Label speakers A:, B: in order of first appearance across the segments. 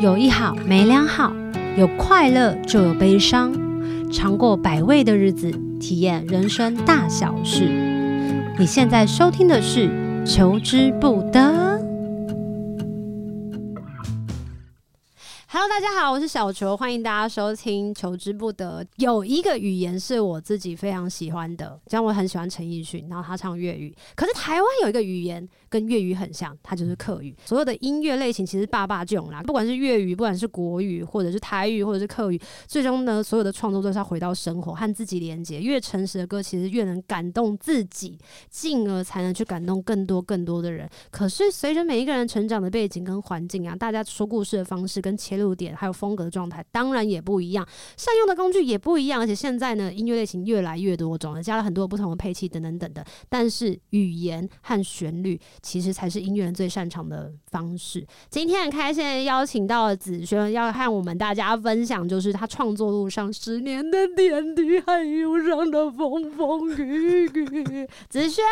A: 有一好没两好，有快乐就有悲伤，尝过百味的日子，体验人生大小事。你现在收听的是《求之不得》。Hello，大家好，我是小球，欢迎大家收听《求之不得》。有一个语言是我自己非常喜欢的，像我很喜欢陈奕迅，然后他唱粤语。可是台湾有一个语言跟粤语很像，它就是客语。所有的音乐类型其实霸霸这种啦，不管是粤语，不管是国语，或者是台语，或者是客语，最终呢，所有的创作都是要回到生活和自己连接。越诚实的歌，其实越能感动自己，进而才能去感动更多更多的人。可是随着每一个人成长的背景跟环境啊，大家说故事的方式、跟切入点，还有风格的状态，当然也不一样，善用的工具也不一样。而且现在呢，音乐类型越来越多种了，加了很多不同的配器等等等等。但是语言和旋律其实才是音乐人最擅长的方式。今天很开心邀请到了子轩，要和我们大家分享，就是他创作路上十年的点滴，还有忧伤的风风雨雨。 子轩，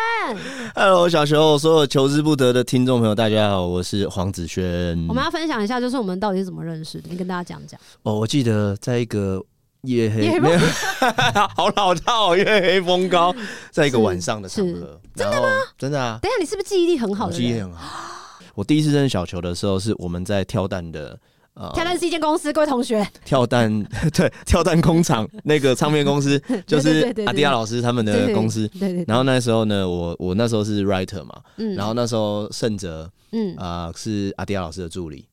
B: Hello，小球，所有求之不得的听众朋友，大家好，我是黄子轩。
A: 我们要分享一下，就是我们到底是怎么认识的，你跟大家讲讲。
B: 哦，我记得在一个夜黑
A: 夜黑
B: 没有， 好老套、哦，夜黑 风高，在一个
A: 是
B: 晚上的场
A: 是
B: 合，真的吗？真的啊，
A: 等一下，你是不是记忆力很好
B: 我
A: 的
B: 记忆
A: 人？
B: 很好。我第一次认识小球的时候，是我们在跳蛋的。呃
A: 跳蛋是一间公司，各位同学，
B: 跳蛋 对跳蛋 工厂那个唱片公司，就
A: 对
B: 是
A: 对对对
B: 阿迪亚老师他们
A: 对
B: 的公司。
A: 对对对，
B: 然后那时候呢，我我那时候是 writer 嘛，
A: 嗯
B: 然后那时候盛哲
A: 嗯
B: 啊是阿迪亚老师的助理，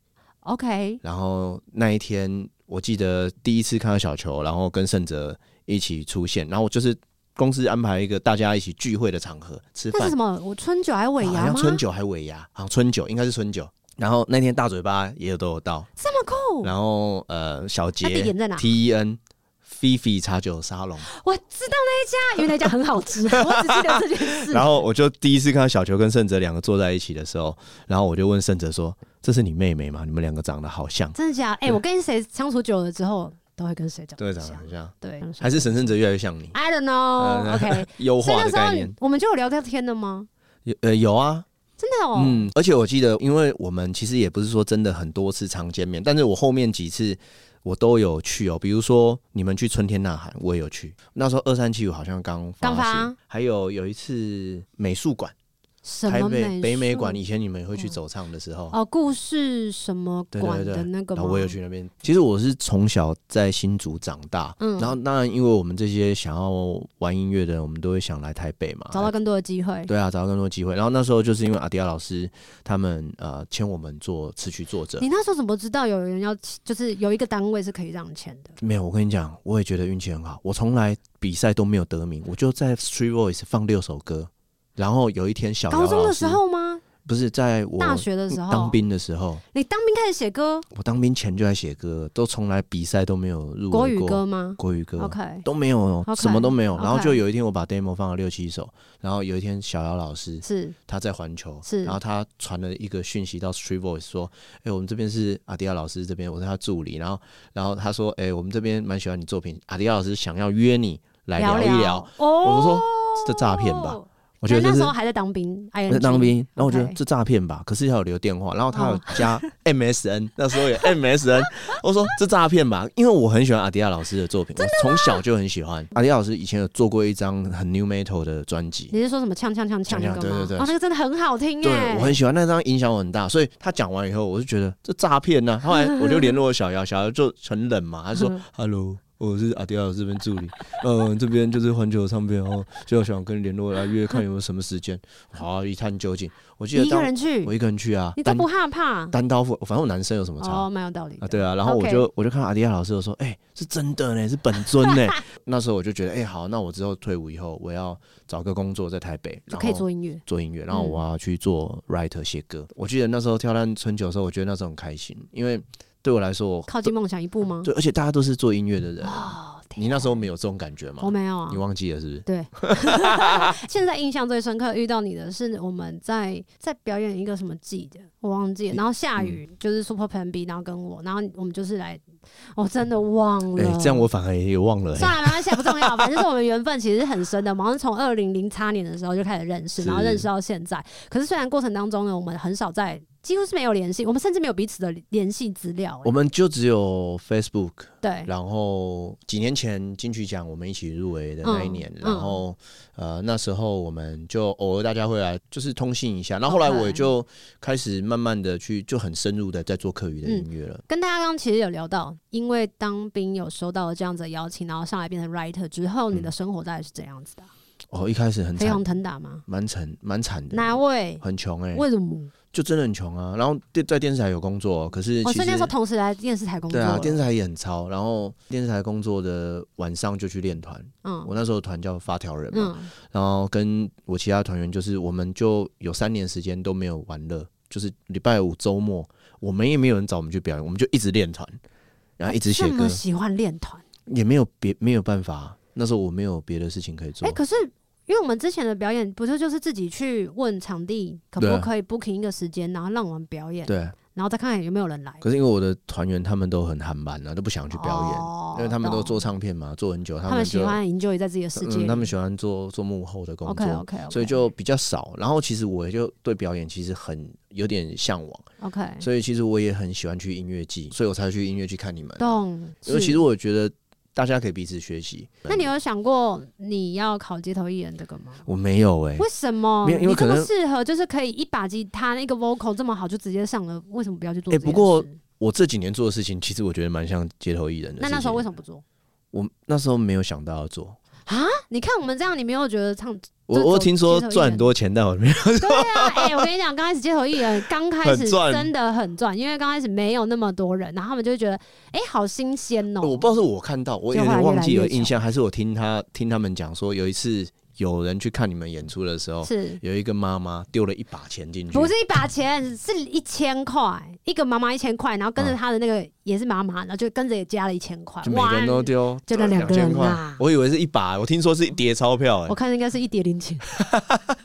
A: ，OK，
B: 然后那一天，我记得第一次看到小球，然后跟盛哲一起出现，然后我就是公司安排一个大家一起聚会的场合吃
A: 那是
B: 饭
A: 什，么？我春酒还是尾
B: 好
A: 牙
B: 像
A: 吗？
B: 啊春酒还尾牙，好像春酒应该是春酒。然后那天大嘴巴也有都有到，
A: 这么酷，
B: 然后呃小杰
A: 那地哦点在哪
B: T E N。Fifi 茶酒沙龙，
A: 我知道那一家，因为那家很好 吃，我只记得这件事。
B: 然后我就第一次看到小球跟盛哲两个坐在一起的时候，然后我就问盛哲说：“这是你妹妹吗？你们两个长得好像。
A: 真的假的？哎、我跟谁相处久了之后，都会跟谁”讲。
B: 对，长得很像，
A: 对，
B: 还是沈盛哲越来越像你？
A: I don't know。OK，
B: 优
A: 所以
B: 化
A: 那
B: 呃的
A: 时
B: 概念
A: 候。我们就有聊过天的吗？
B: 有呃有啊，
A: 真的哦、
B: 嗯，而且我记得，因为我们其实也不是说真的很多次常见面，但是我后面几次我都有去哦，比如说你们去春天呐喊，我也有去，那时候二三七五好像刚
A: 刚
B: 发
A: 发
B: 行，还有有一次美术馆，
A: 什
B: 台
A: 么
B: 北北美
A: 美术
B: 馆，以前你们也会去走唱的时候，
A: 哦，故事什么
B: 对
A: 馆
B: 对对
A: 的那个
B: 然
A: 吗？
B: 后我有去那边。其实我是从小在新竹长大，
A: 嗯
B: 然后当然因为我们这些想要玩音乐的人，我们都会想来台北嘛，
A: 找到更多的机会。
B: 对啊，找到更多机会。然后那时候就是因为阿迪亚老师他们呃签我们做词曲作者
A: 你，那时候怎么知道有人要签？就是有一个单位是可以让签的？
B: 没有，我跟你讲，我也觉得运气很好，我从来比赛都没有得名，我就在 Street Voice 放六首歌。然后有一天小姚
A: 高中
B: 老
A: 的
B: 师
A: 时候吗？
B: 不是在我
A: 大学的时候？
B: 当？兵的时候，
A: 你当兵开始写歌，
B: 我当兵前就在写歌，都从来比赛都没有入围
A: 国语
B: 过
A: 歌吗
B: 国语歌
A: ？OK，
B: 都没有哦
A: OK，
B: 什么都没有。
A: OK
B: 然后就有一天我把 demo 放了六七首，然后有一天小姚老师
A: 是
B: 他在环球，
A: 是
B: 然后他传了一个讯息到 Street Voice 说，哎、我们这边是阿迪亚老师这边，我是他助理，然后然后他说，哎、我们这边蛮喜欢你作品，阿迪亚老师想要约你来聊一聊，
A: 聊哦。
B: 我说这诈骗吧我
A: 我
B: 觉得这
A: 那
B: 是
A: 时候还在当兵，
B: 我
A: 在
B: 在当，兵，然后我觉得
A: OK 哦
B: 这诈骗吧，可是要有留电话，然后他有 加 MSN，、那时候有 MSN，我说这诈骗吧，因为我很喜欢阿迪亚老师的作品，我从小就很喜欢阿迪亚老师，以前有做过一张很 New Metal 的专辑，
A: 你是说什么呛呛呛呛
B: 呛
A: 那
B: 呛
A: 个吗？
B: 对对对
A: 哦，那个真的很好听哎，
B: 对我很喜欢那张，影响我很大。所以他讲完以后，我就觉得这诈骗 呢。后来我就联络小姚，小姚就很冷嘛，他说
A: 嗯
B: ：“Hello，我是阿迪亚这边助理，嗯，这边就是环球唱片哦，就想跟你联络来约看有没有什么时 间。”好啊、一探究竟。我记
A: 你
B: 得
A: 一个
B: 当
A: 人去
B: 我，一个人去啊
A: 你，都
B: 单
A: 不害怕
B: 单刀赴，反正我男生有什么差？
A: 哦，蛮有道理
B: 啊，
A: 的。
B: 对啊，然后我
A: OK
B: 就我就看阿迪亚老师，我说，哎、是真的呢，是本尊呢。 那时候我就觉得，哎、好，那我之后退伍以后，我要找个工作在台北，
A: 就
B: 然
A: 哦可以
B: 后
A: 做音乐，
B: 做音乐，然后
A: 嗯
B: 我要去做 writer 写歌。我记得那时候跳烂春酒的时候，我觉得那时候很开心，因为对我来说，我
A: 靠近梦想一步吗？
B: 对，而且大家都是做音乐的人，
A: 哦，
B: 你那时候没有这种感觉吗
A: 我？没有啊
B: 你，忘记了是不是？
A: 对，现在印象最深刻遇到你的是我们在在表演一个什么季的，我忘
B: 嗯
A: 记了。然后下雨，就是 Super Plan B，然后跟我，然后我们就是来，我真的忘了。
B: 哎、这样我反而也忘了、
A: 算
B: 欸。
A: 了，没关系，不重要。反正就是我们缘分其实很深的嘛，好像从二零零八年的时候就开始认识，
B: 是
A: 然后认识到现在。可是虽然过程当中呢，我们很少在几乎是没有联系，我们甚至没有彼此的联系资料、
B: 我们就只有 Facebook，
A: 对，
B: 然后几年前金曲奖我们一起入围的那一年，
A: 嗯
B: 然后、呃那时候我们就偶尔大家会来就是通信一下，然后后来
A: OK
B: 我也就开始慢慢的去就很深入的在做课余的
A: 嗯
B: 音乐了。
A: 跟大家刚刚其实有聊到，因为当兵有收到了这样子的邀请，然后上来变成 writer 之后，
B: 嗯
A: 你的生活大概是怎样子的啊？
B: 哦，一开始很
A: 飞
B: 惨
A: 黄，腾达吗？
B: 蛮惨蛮惨的，
A: 哪位？
B: 嗯很穷哎、
A: 为什么？
B: 就真的很穷啊。然后电在电视台有工作，可是
A: 我
B: 其
A: 哦所
B: 实
A: 以那时候同时来电视台工作
B: 对
A: 了，
B: 啊，电视台也很超。然后电视台工作的晚上就去练团，
A: 嗯
B: 我那时候团叫发条人嘛，
A: 嗯，
B: 然后跟我其他团员就是，我们就有三年时间都没有玩乐，就是礼拜五周末，我们也没有人找我们去表演，我们就一直练团，然后一直写
A: 啊这
B: 歌
A: 么，喜欢练团。
B: 也没有别没有办法。啊那时候我没有别的事情可以做
A: 哎、，可是因为我们之前的表演不是就是自己去问场地可不
B: 对啊
A: 可以 booking 一个时间，然后让我们表演，
B: 对。啊
A: 然后再看看有没有人来
B: 可是因为我的团员他们都很韩版啊，都不想去表演，
A: 哦
B: 因为他们都
A: 懂
B: 做唱片嘛，做很久，
A: 他
B: 们
A: 们喜
B: 就
A: 欢 enjoy 在自己的世界里、
B: 嗯，他们喜欢做做幕后的工作
A: OK OK，, o k
B: 所以就比较少。然后其实我就对表演其实很有点向往，
A: OK
B: 所以其实我也很喜欢去音乐季，所以我才去音乐季看你们。
A: 懂。
B: 因
A: 是
B: 为其实我觉得大家可以彼此学习。
A: 那你有想过你要考街头艺人这个吗？
B: 我没有哎、
A: 为什么？
B: 没有因为
A: 你这
B: 可
A: 么
B: 能
A: 适合，就是可以一把吉他那个 vocal 这么好，就直接上了，为什么不要去做
B: 哎
A: 这件事？
B: 不过我这几年做的事情，其实我觉得蛮像街头艺人的
A: 那那时候为
B: 么
A: 什么不做？啊
B: 我那时候没有想到要做？
A: 你看我们这样，你没有觉得唱
B: 我
A: 这种
B: 我听说赚很多钱，但我没有。
A: 对啊， 哎、我跟你讲，刚开始街头艺人刚开始
B: 很赚
A: 真的很赚，因为刚开始没有那么多人，然后他们就会觉得，哎、好新鲜哦、
B: 我不知道是我看到，我有
A: 就后来
B: 点
A: 越
B: 忘
A: 来
B: 记
A: 越
B: 有印象，还是我听他听他们讲说，有一次有人去看你们演出的时候，
A: 是
B: 有一个妈妈丢了一把钱进去，
A: 不是一把钱，是一千块，一个妈妈一千块，然后跟着她的那个也是妈妈，然后就跟着也加了一千块，
B: 嗯就每个人都
A: 哇哦
B: 丢，
A: 就那两个人
B: 2000块
A: 啊
B: 我以为是一把，我听说是一叠钞票、欸，
A: 我看应该是一叠零钱，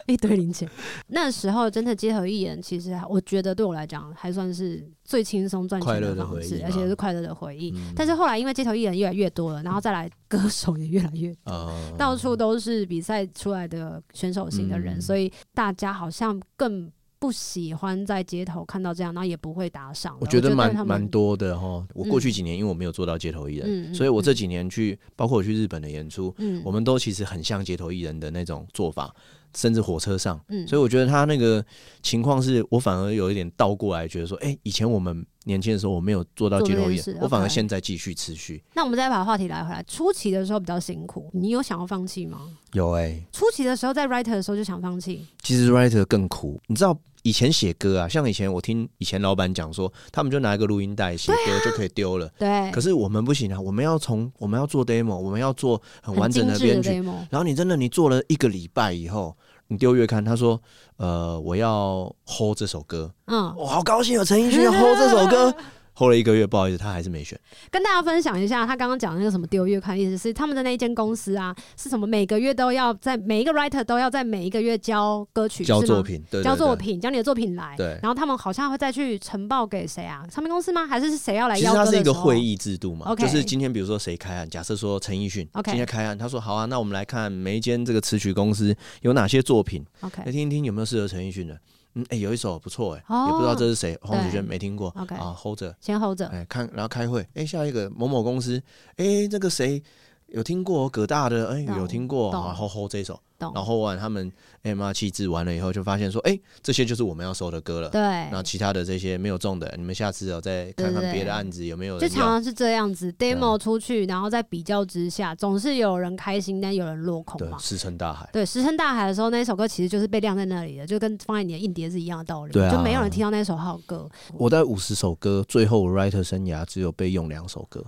A: 一堆零钱。那时候真的街头艺人，其实还我觉得对我来讲还算是最轻松赚钱
B: 快乐的
A: 方
B: 回忆
A: 式，
B: 吗
A: 而且是快乐的回忆。
B: 嗯
A: 但是后来因为街头艺人越来越多了，然后再来歌手也越来越多，
B: 呃
A: 到处都是比赛出来的选手型的人，
B: 嗯
A: 所以大家好像更不喜欢在街头看到这样，然后也不会打赏了。
B: 我觉得
A: 对
B: 蛮
A: 他们嗯
B: 蛮多的哈。我过去几年因为我没有做到街头艺人，
A: 嗯嗯
B: 所以我这几年去，包括我去日本的演出，
A: 嗯
B: 我们都其实很像街头艺人的那种做法，甚至火车上。
A: 嗯
B: 所以我觉得他那个情况是我反而有一点倒过来，觉得说，哎、以前我们年轻的时候我没有做到
A: 做
B: 街
A: 这
B: 头艺
A: 件
B: 人
A: 事，
B: 我反而
A: OK
B: 现在继续持续。
A: 那我们再把话题拉回来，初期的时候比较辛苦，你有想要放弃吗？
B: 有哎、
A: 初期的时候在 writer 的时候就想放弃，
B: 其实 writer 更苦，你知道。以前写歌啊，像以前我听以前老板讲说，他们就拿一个录音带写歌就可以丢了。
A: 对，
B: 可是我们不行啊，我们要从我们要做 demo，我们要做很完整的
A: 精致
B: 编曲。
A: demo，
B: 然后你真的你做了一个礼拜以后，你丢月刊，他说，呃，我要 hold 这首歌，
A: 嗯，
B: 我、好高兴啊，陈 奕迅要 hold 这首歌，hold 了一个月，不好意思，他还是没选。
A: 跟大家分享一下，他刚刚讲的那个什么丢月刊，意思是他们的那一间公司啊，是什么每个月都要在每一个 writer 都要在每一个月交歌曲，
B: 交
A: 是吗
B: 作，品，对对对
A: 交作品，交你的作品来，
B: 对。
A: 然后他们好像会再去呈报给谁啊？唱片公司吗？还是是谁要来
B: 其实
A: 邀歌
B: 它
A: 的时候？
B: 是一个会议制度嘛
A: OK
B: 就是今天比如说谁开案，假设说陈奕迅
A: OK
B: 今天开案，他说好啊，那我们来看每一间这个词曲公司有哪些作品，哎
A: ，OK，
B: 来听一听有没有适合陈奕迅的。嗯，哎、有一首不错哎、
A: 哦
B: 也不知道这是谁，黄子
A: 对
B: 轩没听过
A: OK
B: 啊，hold 着，
A: 先 hold 着，
B: 哎、看，然后开会，哎、下一个某某公司，哎、这个谁有听过葛大的？哎、
A: 懂
B: 有听过，
A: 懂
B: 然后 hold 这首，
A: 懂
B: 然后完他们 M R 气质完了以后，就发现说，哎、这些就是我们要收的歌了。
A: 对，
B: 那其他的这些没有中的，你们下次哦再
A: 对
B: 看
A: 对对
B: 看别的案子有没有
A: 就
B: 人
A: 常
B: 要。
A: 常是这样子，demo
B: 啊
A: 出去，然后在比较之下，总是有人开心，但有人落空
B: 对
A: 嘛，。
B: 石沉大海。
A: 对，石沉大海的时候，那一首歌其实就是被晾在那里的，就跟放在你的硬碟是一样的道理，
B: 对啊
A: 就没有人听到那首好歌。
B: 我在五十首歌，最后 writer 生涯只有备用两首歌。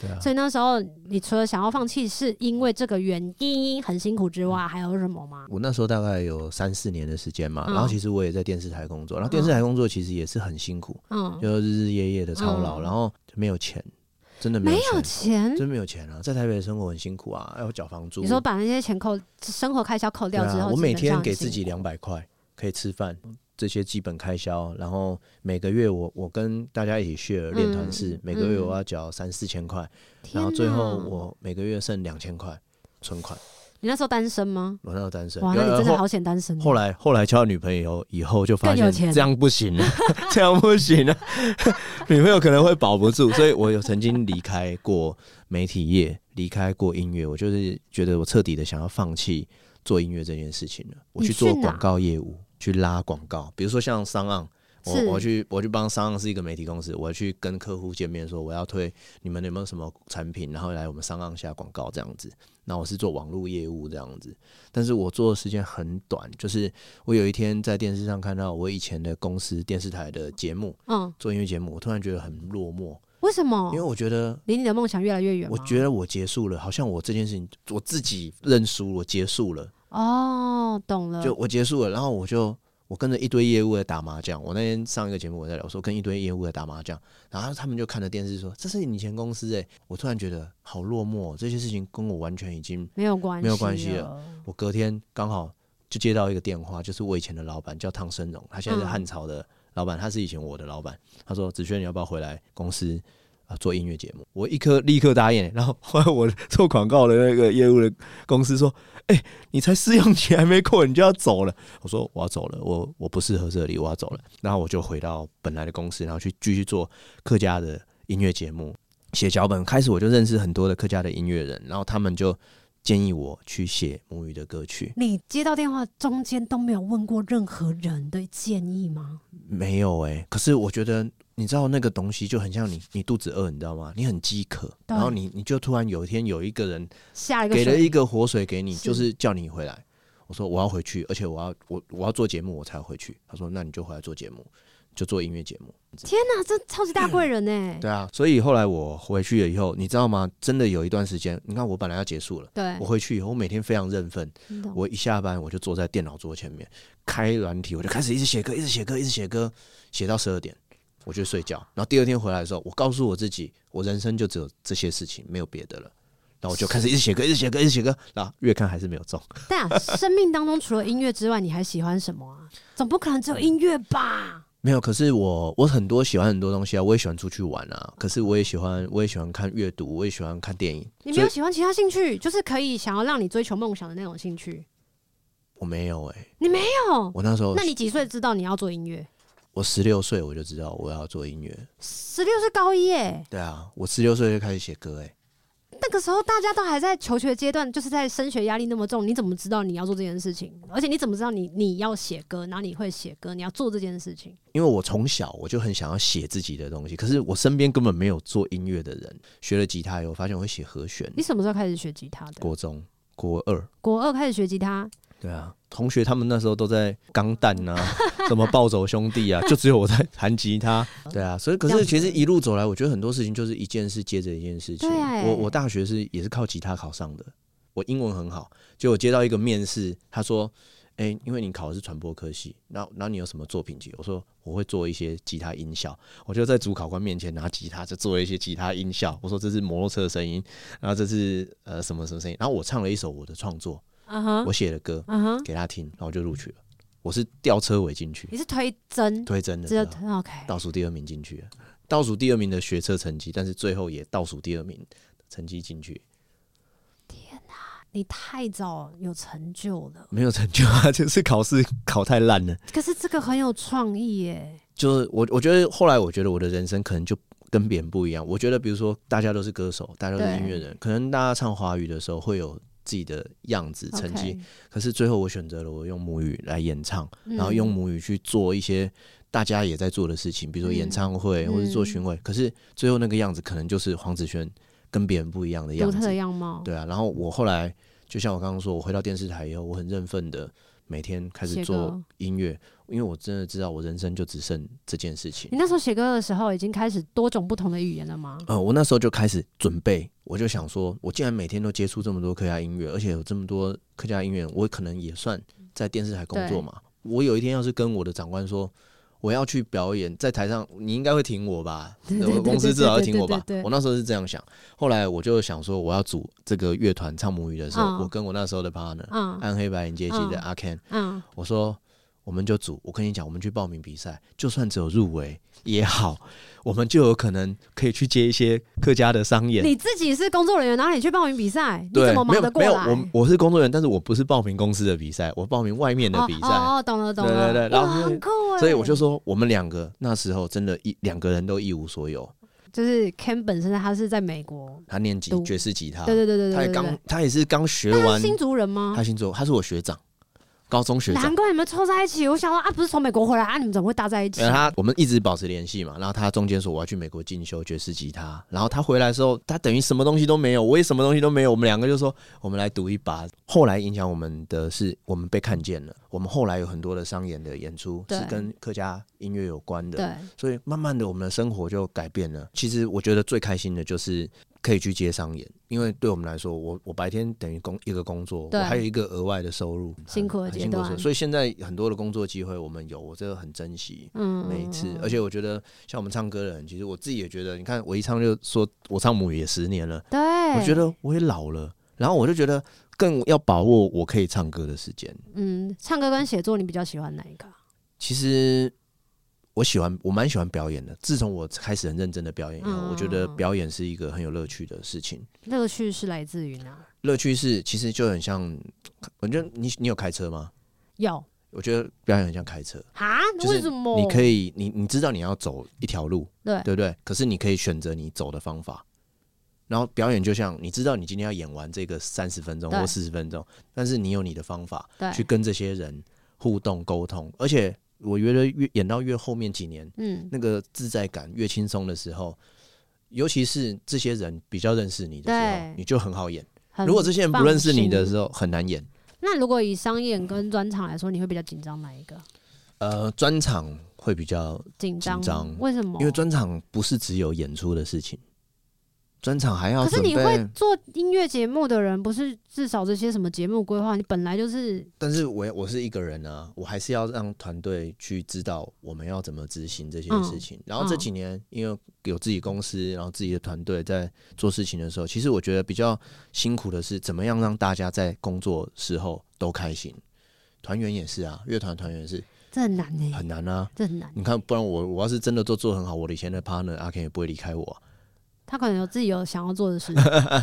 B: 对啊，
A: 所以那时候，你除了想要放弃是因为这个原因很辛苦之
B: 嗯
A: 外，还有什么吗？
B: 我那时候大概有三四年的时间嘛，
A: 嗯
B: 然后其实我也在电视台工作，然后电视台工作其实也是很辛苦，
A: 嗯，
B: 就日日夜夜的操劳，
A: 嗯
B: 然后就没有钱，真的没
A: 没
B: 有
A: 有
B: 钱，
A: 钱。
B: 真没有钱啊！在台北的生活很辛苦啊，要缴房租。
A: 你说把那些钱扣生活开销扣
B: 对
A: 掉之
B: 啊
A: 后，，
B: 我每天给
A: 基本
B: 自己
A: 上很辛苦
B: 两百块，可以吃饭，这些基本开销，然后每个月我我跟大家一起 share 练团室，每个月我要缴三四千块，然后最后
A: 嗯天哪
B: 我每个月剩两千块存款，
A: 你那时候单身吗？
B: 我那时候单身，
A: 哇，那你
B: 呃
A: 真的
B: 后
A: 好显单身哦。
B: 后来后来交了女朋友以后，以后就发
A: 更有
B: 现
A: 钱
B: 这样不 行了，这样不行了，女朋友可能会保不住，所以我有曾经离开过媒体业，离开过音乐，我就是觉得我彻底的想要放弃做音乐这件事情了，我
A: 你
B: 去做
A: 去哪
B: 广告业务，去拉广告，比如说像商岸。我
A: 是
B: 我去我去帮商岸是一个媒体公司，我去跟客户见面说我要推你们有没有什么产品，然后来我们商岸下广告这样子。那我是做网络业务这样子，但是我做的时间很短，就是我有一天在电视上看到我以前的公司电视台的节目，
A: 嗯，
B: 做音乐节目，我突然觉得很落寞，
A: 为什么
B: 因为？我觉得，
A: 离你的梦想越来越哦远吗。
B: 我觉得我结束了，好像我这件事情我自己认输，我结束了，
A: 哦，懂了。
B: 就我结束了，然后我就。我跟着一堆业务在打麻将，我那天上一个节目我在聊，我说跟一堆业务在打麻将，然后他们就看着电视说这是你以前公司诶、我突然觉得好落寞哦，这些事情跟我完全已经
A: 没有关系，
B: 没有关系了。我隔天刚好就接到一个电话，就是我以前的老板叫汤生荣，他现在是
A: 嗯
B: 汉朝的老板，他是以前我的老板。他说：“子轩，你要不要回来公司啊、做音乐节目？”我一颗立刻答应。欸然后后来我做广告的那个业务的公司说：“哎、你才试用期还没过，你就要走了。”我说：“我要走了，我我不适合这里，我要走了。”然后我就回到本来的公司，然后去继续做客家的音乐节目。写脚本开始，我就认识很多的客家的音乐人，然后他们就建议我去写母语的歌曲。
A: 你接到电话中间都没有问过任何人的建议吗？
B: 没有哎、可是我觉得，你知道那个东西就很像你，你肚子饿，你知道吗？你很饥渴，
A: 对
B: 然后你你就突然有一天有一个人
A: 下一个
B: 给了
A: 选
B: 一个活水给你，
A: 是
B: 就是叫你回来。我说我要回去，而且我要我我要做节目，我才回去。他说那你就回来做节目，就做音乐节目。
A: 天哪，这超级大贵人呢、
B: 对啊，所以后来我回去了以后，你知道吗？真的有一段时间，你看我本来要结束了，
A: 对
B: 我，回去以后，我每天非常认份，
A: 真的
B: 我一下班我就坐在电脑桌前面开软体，我就开始一直写歌，一直写歌，一直写歌，写到十二点，我就睡觉。然后第二天回来的时候，我告诉我自己，我人生就只有这些事情，没有别的了。然后我就开始一直写歌，一直写歌，一直写歌，然后越看还是没有中。
A: 但啊生命当中除了音乐之外，你还喜欢什么啊？总不可能只有音乐吧？
B: 没有，可是我我很多喜欢很多东西啊，我也喜欢出去玩啊，可是我也喜欢我也喜欢看阅读，我也喜欢看电影。
A: 你没
B: 所以
A: 有喜欢其他兴趣，就是可以想要让你追求梦想的那种兴趣？
B: 我没有哎、
A: 你没有？
B: 我那时候
A: 那你几岁知道你要做音乐？
B: 我十六岁我就知道我要做音乐。
A: 十六是高一耶，
B: 对啊，我十六岁就开始写歌哎、
A: 那个时候大家都还在求学阶段，就是在升学压力那么重，你怎么知道你要做这件事情？而且你怎么知道你你要写歌，然后你会写歌，你要做这件事情？
B: 因为我从小我就很想要写自己的东西，可是我身边根本没有做音乐的人。学了吉他以后，发现我会写和弦
A: 你。什么时候开始学吉他的？
B: 国中、国二，
A: 国二开始学吉他，
B: 对啊，同学他们那时候都在钢弹啊， 什么暴走兄弟啊， 就只有我在弹吉他。对啊，所以可
A: 这
B: 是
A: 样子
B: 其实一路走来，我觉得很多事情就是一件事接着一件事情。
A: 对哎
B: 我我大学是也是靠吉他考上的，我英文很好，结果接到一个面试，他说。哎、因为你考的是传播科系，然后然后你有什么作品集？我说我会做一些吉他音效，我就在主考官面前拿吉他，就做了一些吉他音效。我说这是摩托车的声音，然后这是呃什么什么声音，然后我唱了一首我的创作，
A: 嗯哼，
B: 我写的歌，
A: 嗯哼，
B: 给他听，然后就录取了。我是吊车尾进去，
A: 你是推真，
B: 推真的
A: 只有
B: 时候，
A: OK，
B: 倒数第二名进去了，倒数第二名的学车成绩，但是最后也倒数第二名的成绩进去，啊
A: 你太早有成就了。
B: 没有成就啊， 就是考试考太烂了。
A: 可是这个很有创意耶，
B: 就是我，我觉得后来我觉得我的人生可能就跟别人不一样。我觉得比如说大家都是歌手，大家都是
A: 对
B: 音乐人，可能大家唱华语的时候会有自己的样子成绩
A: OK，
B: 可是最后我选择了我用母语来演唱，
A: 嗯
B: 然后用母语去做一些大家也在做的事情，比如说演唱会、
A: 嗯
B: 或者做巡回。可是最后那个样子，可能就是黄子轩跟别人不一样的样
A: 独特的
B: 子。
A: 样貌，
B: 对啊，然后我后来就像我刚刚说，我回到电视台以后，我很认份的每天开
A: 写歌
B: 始做音乐，因为我真的知道我人生就只剩这件事情
A: 你。那时候写歌的时候已经开始多种不同的语言了吗？
B: 呃，我那时候就开始准备，我就想说，我既然每天都接触这么多客家音乐，而且有这么多客家音乐，我可能也算在电视台工作嘛。我有一天要是跟我的长官说，我要去表演，在台上你应该会挺我吧？
A: 对对对
B: 我公司至少要挺我吧
A: 对对对对对？
B: 我那时候是这样想，后来我就想说，我要组这个乐团唱母语的时候，
A: 嗯
B: 我跟我那时候的 partner、
A: 嗯
B: 暗黑白影阶级的
A: 嗯
B: 阿 Ken，、
A: 嗯，
B: 我说我们就组。我跟你讲，我们去报名比赛，就算只有入围也好，我们就有可能可以去接一些客家的商演。
A: 你自己是工作人员，然后你去报名比赛，你
B: 嗯对，
A: 怎么
B: 没
A: 忙
B: 有
A: 得过
B: 没有，
A: 来？
B: 我我是工作人员，但是我不是报名公司的比赛，我报名外面的比赛。
A: 哦哦哦，懂了懂了，
B: 对对对然后
A: 哇
B: 因为
A: 很酷哎，
B: 所以我就说，我们两个那时候真的一，两个人都一无所有。
A: 就是 Ken 本身他是在美国，
B: 他念吉
A: 读
B: 爵士吉他，
A: 对对对对对，
B: 啊他也
A: 对
B: 刚
A: 对，
B: 他也是刚学
A: 他
B: 完
A: 是，新族人吗
B: 他？星座，他是我学长，高中学长
A: 难。怪你们凑在一起，我想说啊，不是从美国回来啊，你们怎么会搭在一起
B: 然？后他我们一直保持联系嘛，然后他中间说我要去美国进修爵士吉他，然后他回来的时候，他等于什么东西都没有，我也什么东西都没有，我们两个就说我们来赌一把。后来影响我们的是我们被看见了，我们后来有很多的商演的演出
A: 对
B: 是跟客家音乐有关的，
A: 对，
B: 所以慢慢的我们的生活就改变了。其实我觉得最开心的就是可以去接商演，因为对我们来说，我我白天等于工一个工作，我
A: 对
B: 还有一个额外的收入，很
A: 辛苦的
B: 很
A: 阶
B: 辛苦的
A: 段
B: 收入所以现在很多的工作机会我们有，我这个很珍惜。
A: 嗯，
B: 每一次
A: 嗯，
B: 而且我觉得像我们唱歌的人，其实我自己也觉得，你看我一唱就说我唱母语也十年了，
A: 对，
B: 我觉得我也老了，然后我就觉得更要把握我可以唱歌的时间。
A: 嗯，唱歌跟写作你比较喜欢哪一个？
B: 其实我喜欢，我蛮喜欢表演的。自从我开始很认真的表演以后，
A: 嗯
B: 我觉得表演是一个很有乐趣的事情。
A: 乐趣是来自于哪？
B: 乐趣是其实就很像，我觉得你你有开车吗？
A: 有
B: 我觉得表演很像开车，
A: 啊？
B: 就是
A: 为什么？
B: 你可以，你你知道你要走一条路，
A: 对
B: 对不对？可是你可以选择你走的方法。然后表演就像你知道你今天要演完这个三十分钟
A: 对
B: 或四十分钟，但是你有你的方法
A: 对
B: 去跟这些人互动沟通，而且我觉得越演到越后面几年，
A: 嗯，
B: 那个自在感越轻松的时候，尤其是这些人比较认识你的时候
A: 对，
B: 你就很好演。
A: 很
B: 如果这些人不认识你的
A: 放心
B: 时候，很难演。
A: 那如果以商演跟专场来说，你会比较紧张哪一个？
B: 呃，专场会比较，
A: 紧张？
B: 紧张
A: 为什么？
B: 因为专场不是只有演出的事情，专场还要
A: 可是
B: 准
A: 你会
B: 备。
A: 做音乐节目的人，不是至少这些什么节目规划，你本来就是
B: 但是我我是一个人啊，我还是要让团队去知道我们要怎么执行这些
A: 嗯
B: 事情。然后这
A: 嗯
B: 几年因为有自己公司，然后自己的团队在做事情的时候，其实我觉得比较辛苦的是怎么样让大家在工作时候都开心。团员也是啊，乐团团员也是
A: 这很难呢、
B: 很难啊。
A: 这很难。
B: 你看，不然我我要是真的都做得很好，我的以前的 partner 阿 Ken 也不会离开我啊、
A: 他可能有自己有想要做的 事，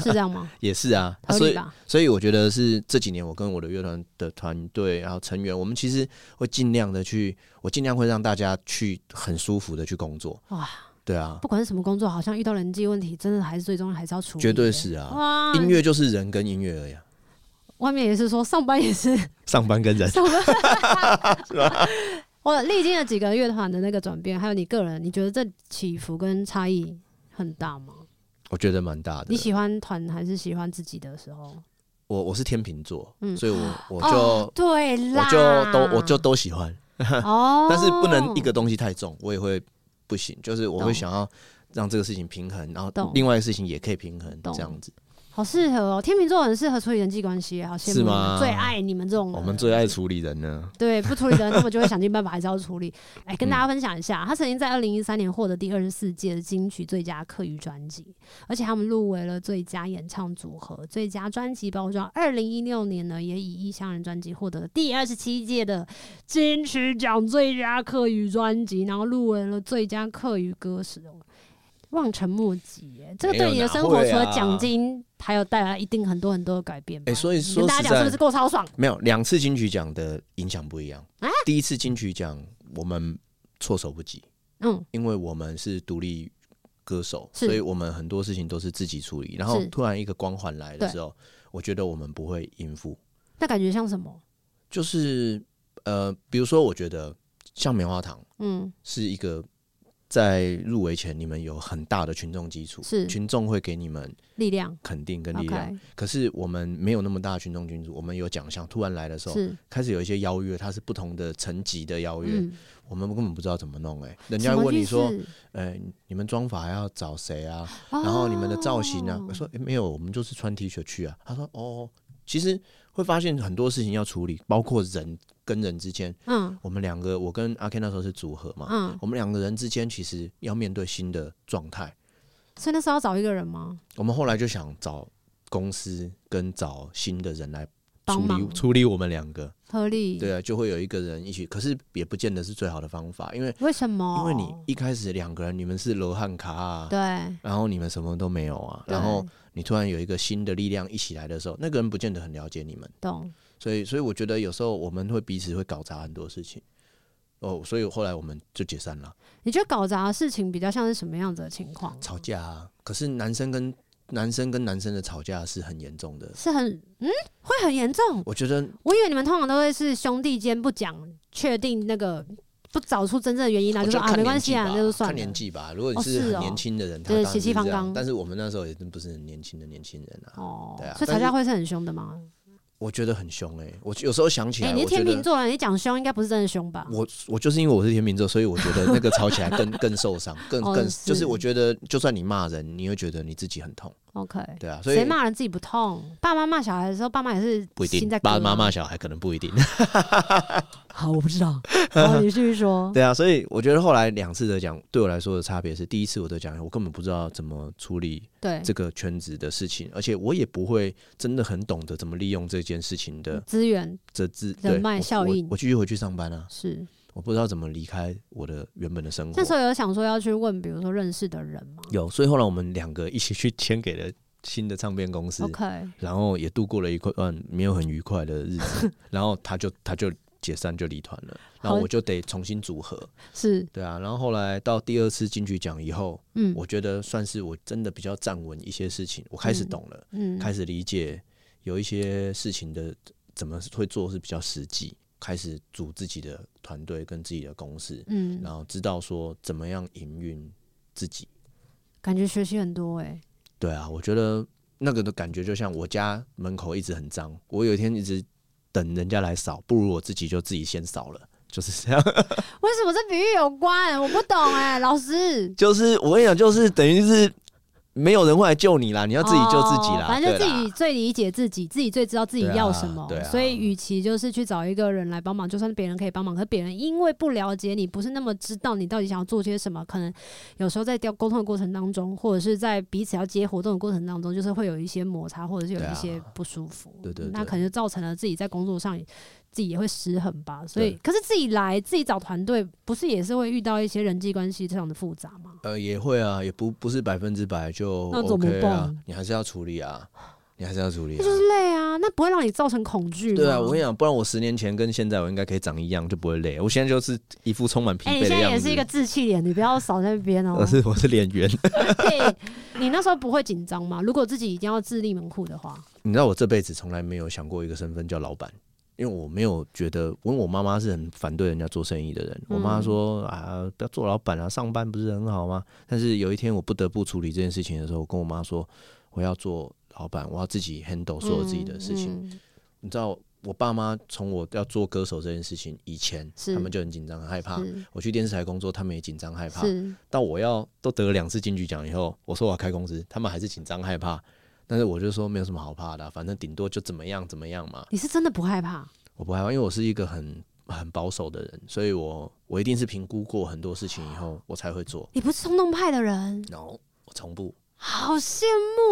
A: 是这样吗？
B: 也是啊。啊
A: 合
B: 所
A: 理
B: 以
A: 吧？
B: 所以我觉得是这几年我跟我的乐团的团队，然后成员，我们其实会尽量的去，我尽量会让大家去很舒服的去工作。
A: 哇，
B: 对啊
A: 不，管是什么工作，好像遇到人际问题，真的还是最终还是要处理。
B: 绝对。是啊。
A: 哇，
B: 音乐就是人跟音乐而已啊、
A: 外面也是说上班也是
B: 上班跟人
A: 上班。我历经了几个乐团的那个转变，还有你个人，你觉得这起伏跟差异很大吗？
B: 我觉得蛮大的
A: 你。喜欢团还是喜欢自己的时候？
B: 我我是天秤座，
A: 嗯
B: 所以我我就、
A: 哦，对
B: 我
A: 啦，
B: 就都我就都喜欢，
A: 哦，
B: 但是不能一个东西太重，我也会不行。就是我会
A: 懂
B: 想要让这个事情平衡，然后
A: 懂
B: 另外的事情也可以平衡，
A: 懂
B: 这样子。
A: 好适合哦，天秤座很适合处理人际关系，好羡慕
B: 是
A: 你
B: 吗
A: 们，最爱你们这种人。
B: 我们最爱处理人呢。
A: 对，不处理的人，他们就会想尽办法还是要处理。哎，跟大
B: 嗯
A: 家分享一下，他曾经在二零一三年获得第二十四届的金曲最佳客语专辑，而且他们入围了最佳演唱组合、最佳专辑包装。二零一六年呢，也以《异乡人》专辑获得第二十七届的金曲奖最佳客语专辑，然后入围了最佳客语歌手。望尘莫及耶，这个对你的生活
B: 没
A: 除
B: 有哪会啊
A: 了奖金，还有带来一定很多很多的改变吧。
B: 哎所以
A: 你
B: 说
A: 跟大家
B: 实
A: 讲
B: 在
A: 是不是够超爽？
B: 没有，两次金曲奖的影响不一样。
A: 啊
B: 第一次金曲奖我们措手不及，
A: 嗯，
B: 因为我们是独立歌手，
A: 是
B: 所以我们很多事情都是自己处理。然后
A: 是
B: 突然一个光环来的时候，我觉得我们不会应付。
A: 那感觉像什么？
B: 就是呃，比如说，我觉得像棉花糖
A: 嗯，
B: 是一个在入围前你们有很大的群众基础，
A: 是
B: 群众会给你们
A: 力量。
B: 肯定跟力量。
A: OK，
B: 可是我们没有那么大的群众基础，我们有奖项突然来的时候，
A: 是，
B: 开始有一些邀约，它是不同的层级的邀约，
A: 嗯，
B: 我们根本不知道怎么弄、哎，
A: 人
B: 人家问你说，呃，你们妆法要找谁啊？
A: 哦
B: 然后你们的造型啊？我说、哎没有，我们就是穿 T 恤去啊。他说哦，其实会发现很多事情要处理，包括人跟人之间，
A: 嗯
B: 我们两个，我跟阿 Ken 那时候是组合嘛，
A: 嗯，
B: 我们两个人之间其实要面对新的状态。
A: 所以那时候要找一个人吗？
B: 我们后来就想找公司跟找新的人来
A: 帮
B: 处
A: 忙
B: 理处理我们两个，
A: 合理。
B: 对啊，就会有一个人一起，可是也不见得是最好的方法，因为
A: 为什么？
B: 因为你一开始两个人，你们是罗汉卡啊，
A: 哦对，
B: 然后你们什么都没有啊，
A: 对
B: 然后你突然有一个新的力量一起来的时候，那个人不见得很了解你们，
A: 懂
B: 所以所以我觉得有时候我们会彼此会搞砸很多事情。哦，所以后来我们就解散了，
A: 你觉得搞砸的事情比较像是什么样子的情况？
B: 吵架啊。可是男生跟男生跟男生的吵架是很严重的，
A: 是很嗯，会很严重。
B: 我觉得
A: 我以为你们通常都会是兄弟间不讲，确定那个不找出真正的原因，然
B: 我
A: 后就
B: 觉
A: 说
B: 得
A: 啊，
B: 看
A: 没关
B: 年纪
A: 系啊，
B: 吧
A: 那就算
B: 看年
A: 了。
B: 纪吧。如果
A: 哦
B: 你是
A: 是
B: 很
A: 哦
B: 年轻的人，他
A: 对
B: 当然
A: 血气
B: 是这
A: 方
B: 样
A: 刚
B: 但是我们那时候也真不是很年轻的年轻人啊，
A: 哦
B: 对啊，
A: 所以吵
B: 但是
A: 架会是很凶的吗？
B: 我觉得很凶哎、我有时候想起
A: 哎、
B: 来，
A: 你
B: 我
A: 是
B: 觉
A: 天秤
B: 得
A: 座啊人，你讲凶应该不是真的凶吧？
B: 我我就是因为我是天秤座，所以我觉得那个吵起来更 更受伤，更
A: 哦
B: 更
A: 是
B: 就是我觉得就算你骂人，你会觉得你自己很痛，
A: OK，
B: 对啊，所
A: 谁
B: 以
A: 骂人自己不痛？爸妈骂小孩的时候，爸妈也是
B: 不一定
A: 心在割
B: 爸
A: 啊
B: 妈骂。小孩可能不 一定，
A: 好，我不知 道。好，你继续说。
B: 对啊，所以我觉得后来两次的讲对我来说的差别是，第一次我的讲我根本不知道怎么处理
A: 对，
B: 这个圈子的事情，而且我也不会真的很懂得怎么利用这件事情的
A: 资源
B: 这自
A: 人
B: 对
A: 脉
B: 我
A: 效应
B: 我我继续回去上班啊，
A: 是
B: 我不知道怎么离开我的原本的生活
A: 那时。候有想说要去问，比如说认识的人吗
B: 有，所以后来我们两个一起去签给了新的唱片公司
A: ？OK，
B: 然后也度过了一段没有很愉快的日 子，然后他就他就解散就离团了，然后
A: 好
B: 我就得重新组合，
A: 是
B: 对啊，然后后来到第二次金曲奖以后，
A: 嗯
B: 我觉得算是我真的比较站稳一些事情，我开始
A: 嗯
B: 懂了。
A: 嗯，
B: 开始理解有一些事情的怎么会做是比较实际，开始组自己的团队跟自己的公司，
A: 嗯，
B: 然后知道说怎么样营运自己。
A: 感觉学习很多哎、
B: 对啊，我觉得那个的感觉就像我家门口一直很脏，我有一天一直等人家来扫，不如我自己就自己先扫了。就是这样，
A: 为什么这比喻有关？我不懂哎、老师。
B: 就是我跟你讲，就是等于是没有人会来救你啦，你要自己救自己啦，
A: 哦反正就
B: 对
A: 自
B: 啦
A: 己最理解自己，自己最知道自己要什么。
B: 对啊对啊
A: 所以，与其就是去找一个人来帮忙，就算别人可以帮忙，可是别人因为不了解你，不是那么知道你到底想要做些什么，可能有时候在调沟通的过程当中，或者是在彼此要接活动的过程当中，就是会有一些摩擦，或者是有
B: 对啊
A: 一些不舒服。
B: 对对对
A: 那可能就造成了自己在工作上自己也会失衡吧。所以，可是自己来自己找团队，不是也是会遇到一些人际关系上的复杂吗？
B: 呃，也会啊，也不不是百分之百就
A: 那怎么
B: OK 啊
A: 办，
B: 你还是要处理啊，你还是要处理、啊
A: 那。就是累啊，那不会让你造成恐惧吗。
B: 对啊，我跟你讲，不然我十年前跟现在我应该可以长一样，就不会累。我现在就是一副充满疲
A: 哎、你
B: 惫
A: 现
B: 的
A: 在
B: 样子。
A: 也是一个稚气脸，你不要少在那边哦、
B: 我是我是脸圆。
A: 嘿你那时候不会紧张吗？如果自己一定要自立门户的话，
B: 你知道我这辈子从来没有想过一个身份叫老板，因为我没有觉得，因为我妈妈是很反对人家做生意的人。我
A: 嗯
B: 妈说啊，不要做老板啊，上班不是很好吗？但是有一天我不得不处理这件事情的时候，我跟我妈说，我要做老板，我要自己 handle 所有自己的事情。
A: 嗯嗯
B: 你知道，我爸妈从我要做歌手这件事情以前，
A: 是
B: 他们就很紧张害怕。
A: 嗯是
B: 我去电视台工作，他们也紧张害怕。
A: 是
B: 到我要都得了两次金曲奖以后，我说我要开公司，他们还是紧张害怕。但是我就说没有什么好怕的啊、反正顶多就怎么样怎么样嘛。
A: 你是真的不害怕？
B: 我不害怕，因为我是一个很很保守的人，所以我我一定是评估过很多事情以后，我才会做。
A: 你不是冲动派的人，
B: 然后我从不，
A: 好羡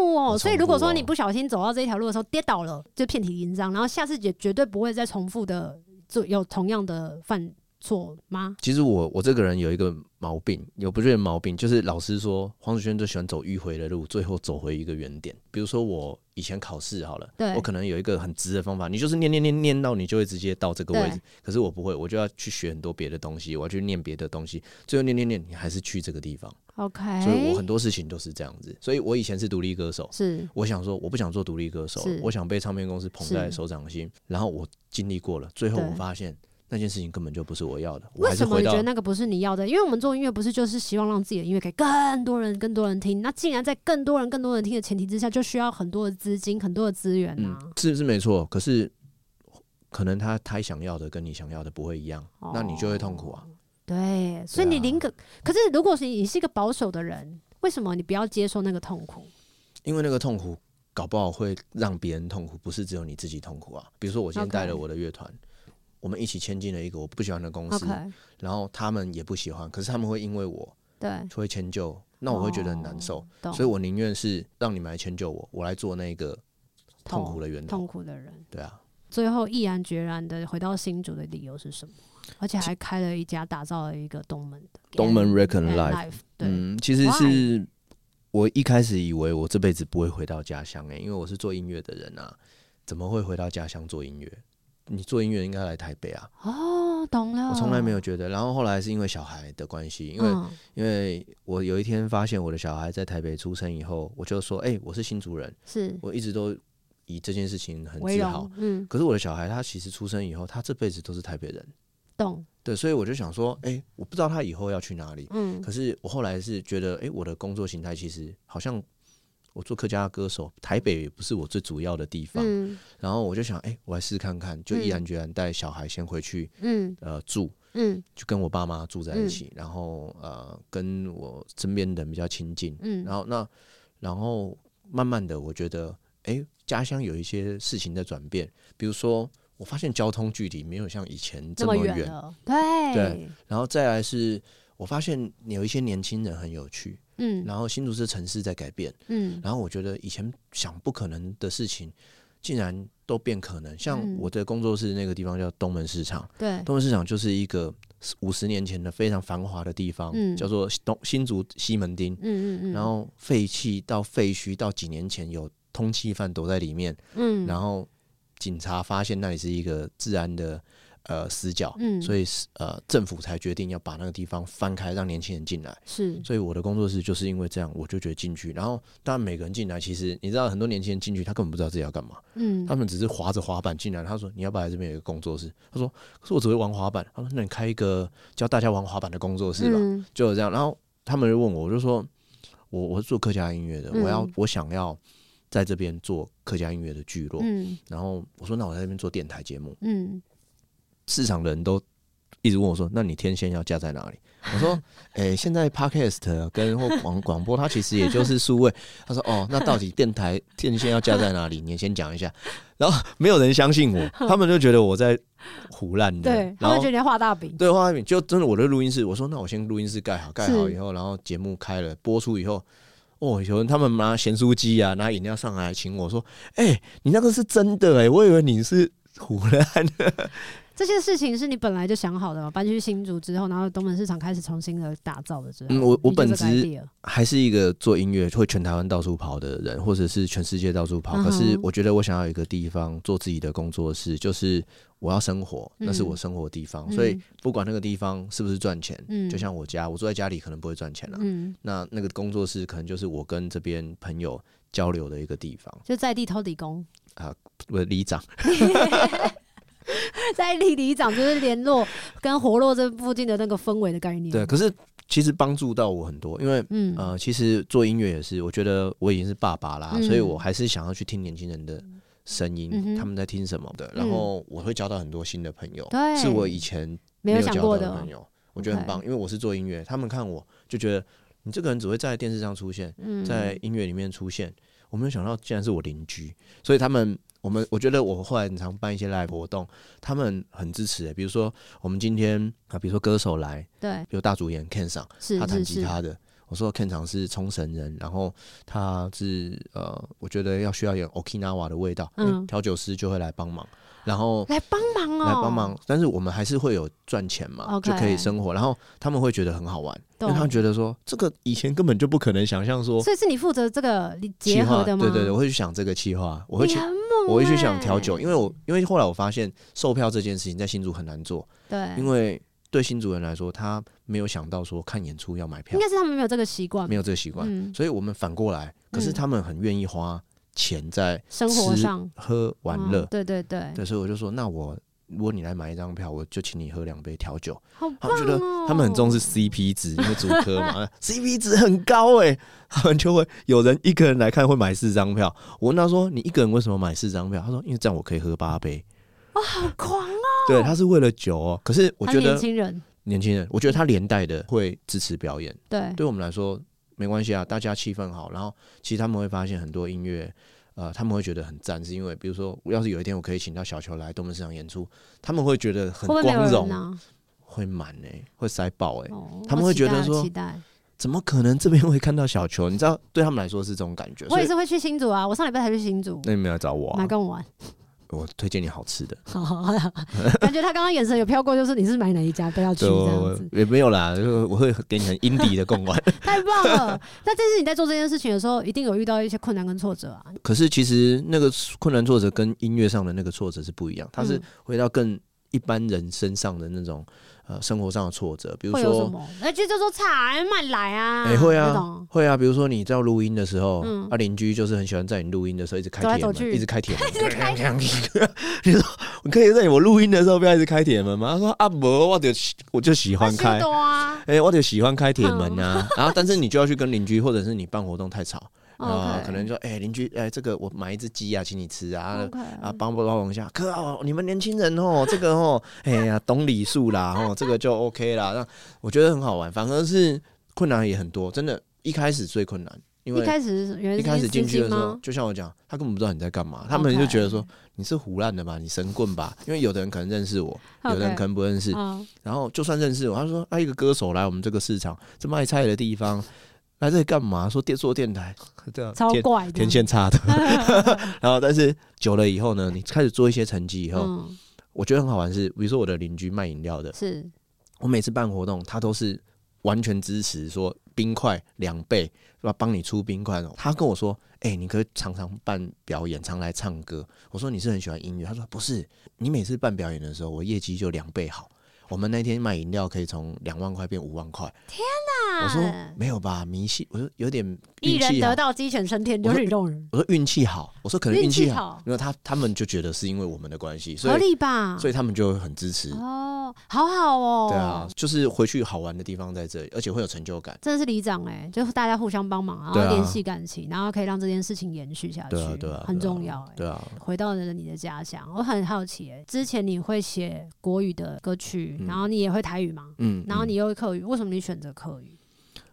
A: 慕哦、
B: 我从不哦
A: 所以如果说你不小心走到这一条路的时候跌倒了，就遍体鳞伤，然后下次也绝对不会再重复的做有同样的犯错吗？
B: 其实我我这个人有一个毛病，有不是毛病，就是老师说黄子轩就喜欢走迂回的路，最后走回一个原点。比如说我以前考试好了
A: 对，
B: 我可能有一个很直的方法，你就是念念念念到你就会直接到这个位置
A: 对。
B: 可是我不会，我就要去学很多别的东西，我要去念别的东西，最后念念念，你还是去这个地方。
A: ？OK，
B: 所以我很多事情都是这样子。所以我以前是独立歌手，
A: 是
B: 我想说，我不想做独立歌手
A: 是，
B: 我想被唱片公司捧在
A: 是
B: 手掌心。然后我经历过了，最后
A: 对
B: 我发现那件事情根本就不是我要的，我
A: 为
B: 还是
A: 什么
B: 回
A: 你觉
B: 到
A: 得那个不是你要的？因为我们做音乐不是就是希望让自己的音乐给更多人、更多人听。那既然在更多人、更多人听的前提之下，就需要很多的资金、很多的资源
B: 嗯
A: 啊。，
B: 是是没错，可是。可能他他想要的跟你想要的不会一样，那你就会痛苦啊。
A: 哦对，所以你宁可，
B: 啊
A: 可是如果是你是一个保守的人，为什么你不要接受那个痛苦？
B: 因为那个痛苦搞不好会让别人痛苦，不是只有你自己痛苦啊。比如说我今天
A: OK
B: 带了我的乐团我们一起签进了一个我不喜欢的公司
A: OK，
B: 然后他们也不喜欢，可是他们会因为我
A: 对，
B: 会迁就，那我会觉得很难受，
A: 哦懂。
B: 所以我宁愿是让你们来迁就我，我来做那个痛苦
A: 的
B: 的源头。
A: 痛苦的人，
B: 对啊，
A: 最后毅然决然的回到新竹的理由是什么？而且还开了一家，打造了一个东门的
B: 东门
A: End-
B: Reckon
A: End
B: Life，
A: Life，对，哦
B: 嗯，其实是我一开始以为我这辈子不会回到家乡哎、因为我是做音乐的人啊，怎么会回到家乡做音乐？你做音乐应该来台北啊，
A: 哦，懂了，
B: 我从来没有觉得。然后后来是因为小孩的关系，因为、
A: 嗯
B: 因为我有一天发现我的小孩在台北出生以后，我就说，哎、我是新族人，
A: 是
B: 我一直都以这件事情很
A: 为
B: 自豪
A: 荣。，嗯，
B: 可是我的小孩他其实出生以后，他这辈子都是台北人，
A: 懂，
B: 对，所以我就想说，哎、我不知道他以后要去哪里。
A: 嗯，
B: 可是我后来是觉得，哎、我的工作形态其实好像我做客家歌手，台北也不是我最主要的地方。
A: 嗯
B: 然后我就想，哎、我来试试看看，就毅然
A: 嗯
B: 决然带小孩先回去
A: 嗯
B: 呃住，
A: 嗯
B: 就跟我爸妈住在一起，然后呃跟我身边人比较亲近。
A: 嗯
B: 然后那然后慢慢的，我觉得，哎、家乡有一些事情在转变，比如说我发现交通距离没有像以前这
A: 那
B: 么
A: 么
B: 远，
A: 远了，对
B: 对，然后再来是我发现有一些年轻人很有趣，
A: 嗯
B: 然后新竹市城市在改变，
A: 嗯
B: 然后我觉得以前想不可能的事情，竟然都变可能。像
A: 嗯
B: 我的工作室那个地方叫东门市场，
A: 对，
B: 东门市场就是一个五十年前的非常繁华的地方，
A: 嗯
B: 叫做东新竹西门町，
A: 嗯嗯嗯，
B: 然后废弃到废墟到几年前有通缉犯躲在里面，
A: 嗯，
B: 然后警察发现那里是一个治安的呃死角，
A: 嗯
B: 所以是呃政府才决定要把那个地方翻开，让年轻人进来。
A: 是
B: 所以我的工作室就是因为这样，我就觉得进去。然后当然每个人进来，其实你知道很多年轻人进去，他根本不知道自己要干嘛，
A: 嗯
B: 他们只是滑着滑板进来。他说你要不要来这边有一个工作室？他说可是我只会玩滑板。他说那你开一个教大家玩滑板的工作室吧，
A: 嗯
B: 就这样。然后他们就问我，我就说我我是做客家音乐的，
A: 嗯
B: 我要我想要在这边做客家音乐的聚落。
A: 嗯
B: 然后我说那我在这边做电台节目，
A: 嗯
B: 市场的人都一直问我说，那你天线要架在哪里？我说， 诶、现在 podcast 跟或广 广播，它其实也就是数位。他说，哦，那到底电台天线要架在哪里？你先讲一下。然后没有人相信 我，他们就觉得我在胡乱的。
A: 对，他
B: 然
A: 们
B: 后
A: 觉得你在画大饼，
B: 对，画面就真的我的录音室，我说那我先录音室盖好，盖好以后，然后节目开了播出以后，哦，有人他们拿咸酥鸡啊，拿饮料上来请我说，哎、你那个是真的哎、我以为你是胡乱的。
A: 这些事情是你本来就想好的嘛？搬去新竹之后，然后东门市场开始重新的打造了之后，
B: 嗯我我
A: 你就这
B: 本
A: 个
B: 职
A: idea
B: 还是一个做音乐会全台湾到处跑的人，或者是全世界到处跑。
A: 嗯哼
B: 可是我觉得我想要有一个地方做自己的工作室，就是我要生活，
A: 嗯
B: 那是我生活的地方。
A: 嗯
B: 所以不管那个地方是不是赚钱，
A: 嗯
B: 就像我家，我住在家里可能不会赚钱了、
A: 嗯，
B: 那那个工作室可能就是我跟这边朋友交流的一个地方。
A: 就在地偷底工，
B: 我的里长，
A: 在地里长就是联络跟活络这附近的那个氛围的概念。
B: 对，，可是其实帮助到我很多，因为
A: 嗯，
B: 呃，其实做音乐也是，我觉得我已经是爸爸啦，
A: 嗯
B: 所以我还是想要去听年轻人的声音，
A: 嗯哼
B: 他们在听什么的，
A: 嗯
B: 然后我会交到很多新的朋友，
A: 对
B: 是我以前
A: 没
B: 有
A: 有
B: 交
A: 想
B: 到
A: 过
B: 的
A: 的
B: 朋，友，我觉得很棒，因为我是做音乐，他们看我就觉得你这个人只会在电视上出现，
A: 嗯，
B: 在音乐里面出现，我没有想到竟然是我邻居，所以他们。我们我觉得我后来很常办一些 live 活动，他们很支持、欸。比如说我们今天啊，比如说歌手来，
A: 对，
B: 比如大主演 Ken 上，
A: 是
B: 他弹
A: 是
B: 吉
A: 是，
B: 他的。我说 Ken 长是冲绳人，然后他是呃，我觉得要需要有 Okinawa 的味道，
A: 嗯
B: 嗯，调酒师就会来帮忙，然后
A: 来帮忙哦，
B: 来帮忙，，但是我们还是会有赚钱嘛，
A: OK
B: 就可以生活，然后他们会觉得很好玩，因
A: 懂
B: 为他们觉得说这个以前根本就不可能想象说
A: 所以是你负责这个你
B: 企
A: 结合
B: 划，
A: 的
B: 对
A: 吗？
B: 对对，我会去想这个企划，我会
A: 你
B: 去
A: 很猛
B: 我会去
A: 欸
B: 想调酒，因为我因为后来我发现售票这件事情在新竹很难做，
A: 对，
B: 因为对新竹人来说，他没有想到说看演出要买票
A: 应，该是他们没有这个习惯
B: 没，有这个习惯，
A: 嗯，
B: 所以我们反过来，可是他们很愿意花钱在
A: 生活
B: 吃
A: 上
B: 喝玩乐
A: 嗯，对对对，
B: 对，所以我就说，那我如果你来买一张票，我就请你喝两杯调酒。
A: 好
B: 他
A: 棒
B: 们觉得
A: 哦，
B: 他们很重视 CP 值，因为主 科嘛，CP 值很高哎、他们就会有人一个人来看会买四张票。我问他说，你一个人为什么买四张票？他说，因为这样我可以喝八杯。
A: 好狂啊！
B: 对，他是为了酒哦。可是我
A: 他
B: 觉
A: 是年
B: 得
A: 轻人，
B: 年轻人，我觉得他连带的会支持表演。
A: 对，
B: 对我们来说没关系啊，大家气氛好，然后其实他们会发现很多音乐，呃，他们会觉得很赞，是因为比如说，要是有一天我可以请到小球来东门市场演出，他们会觉得很
A: 会不会没有
B: 光
A: 人
B: 荣，
A: 呢？
B: 会满哎、会塞爆哎、
A: 哦
B: 他们
A: 我
B: 会
A: 期
B: 觉得
A: 待
B: 说
A: 期待。
B: 怎么可能这边会看到小球？你知道，对他们来说是这种感觉，
A: 我
B: 所
A: 也
B: 以
A: 是会去新竹啊，我上礼拜才去新竹，
B: 那你们来找我、
A: 来
B: 啊，
A: 跟我玩。
B: 我推荐你好吃的，
A: 好好好，感觉他刚刚眼神有飘过，就是你是买哪一家不要去
B: 对，
A: 这
B: 我
A: 样
B: 我
A: 子，
B: 也没有啦，就是我会给你很 indie 的 贡丸。
A: 太棒了。那但是你在做这件事情的时候，一定有遇到一些困难跟挫折啊。
B: 可是其实那个困难挫折跟音乐上的那个挫折是不一样，它是
A: 嗯
B: 回到更一般人身上的那种呃生活上的挫折，比如
A: 会有什
B: 说。
A: 么？哎，就就说差，哎慢来啊，
B: 哎、会
A: 那
B: 啊
A: 种，
B: 会啊，比如说你在录音的时候，
A: 嗯
B: 啊邻居就是很喜欢在你录音的时候一直开
A: 走来
B: 铁
A: 走
B: 门，
A: 去
B: 一直开铁 门， 你说你可以在我录音的时候不要一直开铁门吗？他说啊，不，我就喜我就喜欢开，
A: 多啊。
B: 哎、我就喜欢开铁门 啊。然后，但是你就要去跟邻居，或者是你办活动太吵，啊、
A: 哦 OK，
B: 可能就哎邻、居哎、这个我买一只鸡啊，请你吃 啊。
A: OK，
B: 啊，帮不帮忙一下？可哦，你们年轻人 哦，这个哦，哎呀，懂礼数啦，哦，这个就 OK 啦。那我觉得很好玩，反而是困难也很多，真的，一开始最困难，因
A: 一
B: 为
A: 开始是原来
B: 一
A: 是
B: 开始进
A: 司
B: 去
A: 机
B: 的时候
A: 吗，？哦
B: 就像我讲，他根本不知道你在干嘛，他们
A: OK
B: 就觉得说你是胡乱的吧，你神棍吧，因为有的人可能认识我，有的人
A: OK
B: 可能不认识，
A: 嗯
B: 然后就算认识我，他说啊，一个歌手来我们这个市场，这卖菜的地方，来这里干嘛？说电做电台，对啊，
A: 超
B: 天
A: 怪的，
B: 天线差的。 然后，但是久了以后呢，你开始做一些成绩以后，
A: 嗯，
B: 我觉得很好玩是，比如说我的邻居卖饮料的，
A: 是
B: 我每次办活动，他都是完全支持说冰块两倍，是吧？帮你出冰块哦。他跟我说，哎、你可以常常办表演，常来唱歌。我说你是很喜欢音乐，他说不是，你每次办表演的时候，我业绩就两倍好。我们那天卖饮料可以从两万块变五万块，我说没有吧，迷信，我说有点
A: 一
B: 运
A: 啊人
B: 气好
A: 得。道鸡犬升天，
B: 我
A: 就
B: 说
A: 是这种人，
B: 我说运气好，我说可能
A: 运
B: 运
A: 气
B: 气好
A: 好，
B: 因为他他们就觉得是因为我们的关系，所
A: 合
B: 以
A: 理吧？
B: 所以他们就会很支持。
A: 哦，好好哦，
B: 对啊，，就是回去好玩的地方在这里，而且会有成就感。
A: 真的是里长哎、就是大家互相帮忙，然
B: 对啊
A: 后联系感情，然后可以让这件事情延续下去，
B: 对啊，对啊，
A: 很
B: 对啊
A: 重要哎、
B: 对啊，
A: 回到了你的家乡，我很好奇、欸，之前你会写国语的歌曲，
B: 嗯
A: 然后你也会台语吗？
B: 嗯。
A: 然后你
B: 嗯
A: 又会客语，为什么你选择客语？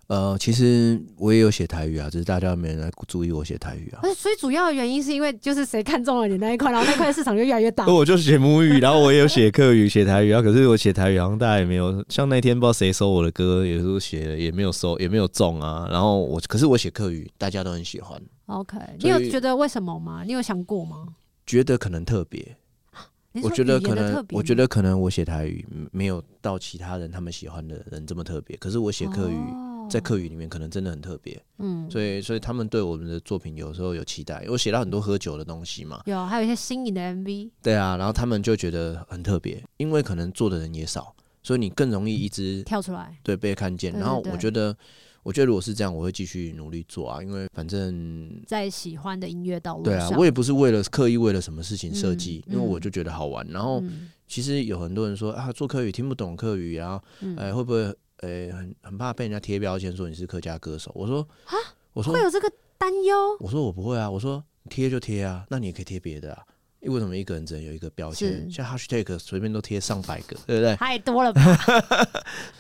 B: 呃，其实我也有写台语啊，只是大家没人来注意我写台语啊。
A: 而且所以主要的原因是因为就是谁看中了你那一块，然后那块市场就越来越大
B: 那。哦我就写母语，然后我也有写客语、写台语啊。可是我写台语好像大家也没有，像那天不知道谁收我的歌，也是写了也没有收，也没有中啊。然后我，可是我写客语，大家都很喜欢，
A: OK，你
B: 所以
A: 有觉得为什么吗？你有想过吗？
B: 觉得可能特别，
A: 你是
B: 我
A: 说
B: 觉得
A: 语言
B: 可
A: 的特
B: 能，
A: 别
B: 我觉
A: 吗
B: 得可能我写台语嗯没有到其他人他们喜欢的人这么特别，可是我写客语、
A: 哦
B: 在客语里面可能真的很特别，
A: 嗯，
B: 所以所以他们对我们的作品有时候有期待，我写到很多喝酒的东西嘛，
A: 有还有一些新颖的 MV，
B: 对啊，然后他们就觉得很特别，因为可能做的人也少，所以你更容易一 直
A: 跳出来。
B: 对被看见。
A: 对
B: 然
A: 对
B: 后
A: 对
B: 我觉得，我觉得如果是这样，我会继续努力做啊，因为反正
A: 在喜欢的音乐道路
B: 对啊
A: 上，，
B: 我也不是为了刻意为了什么事情设
A: 嗯
B: 计，
A: 嗯
B: 因为我就觉得好玩，然后。
A: 嗯
B: 其实有很多人说啊，做客语听不懂客语，然后
A: 嗯
B: 哎、会不会呃、很很怕被人家贴标签说你是客家歌手？我说
A: 啊，
B: 我说
A: 会有这个担忧，
B: 我说我不会啊，我说贴就贴啊，那你也可以贴别的啊。因为为什么一个人只能有一个标签？
A: 是
B: 像 hashtag 随便都贴上百个，对不对？
A: 太多了吧？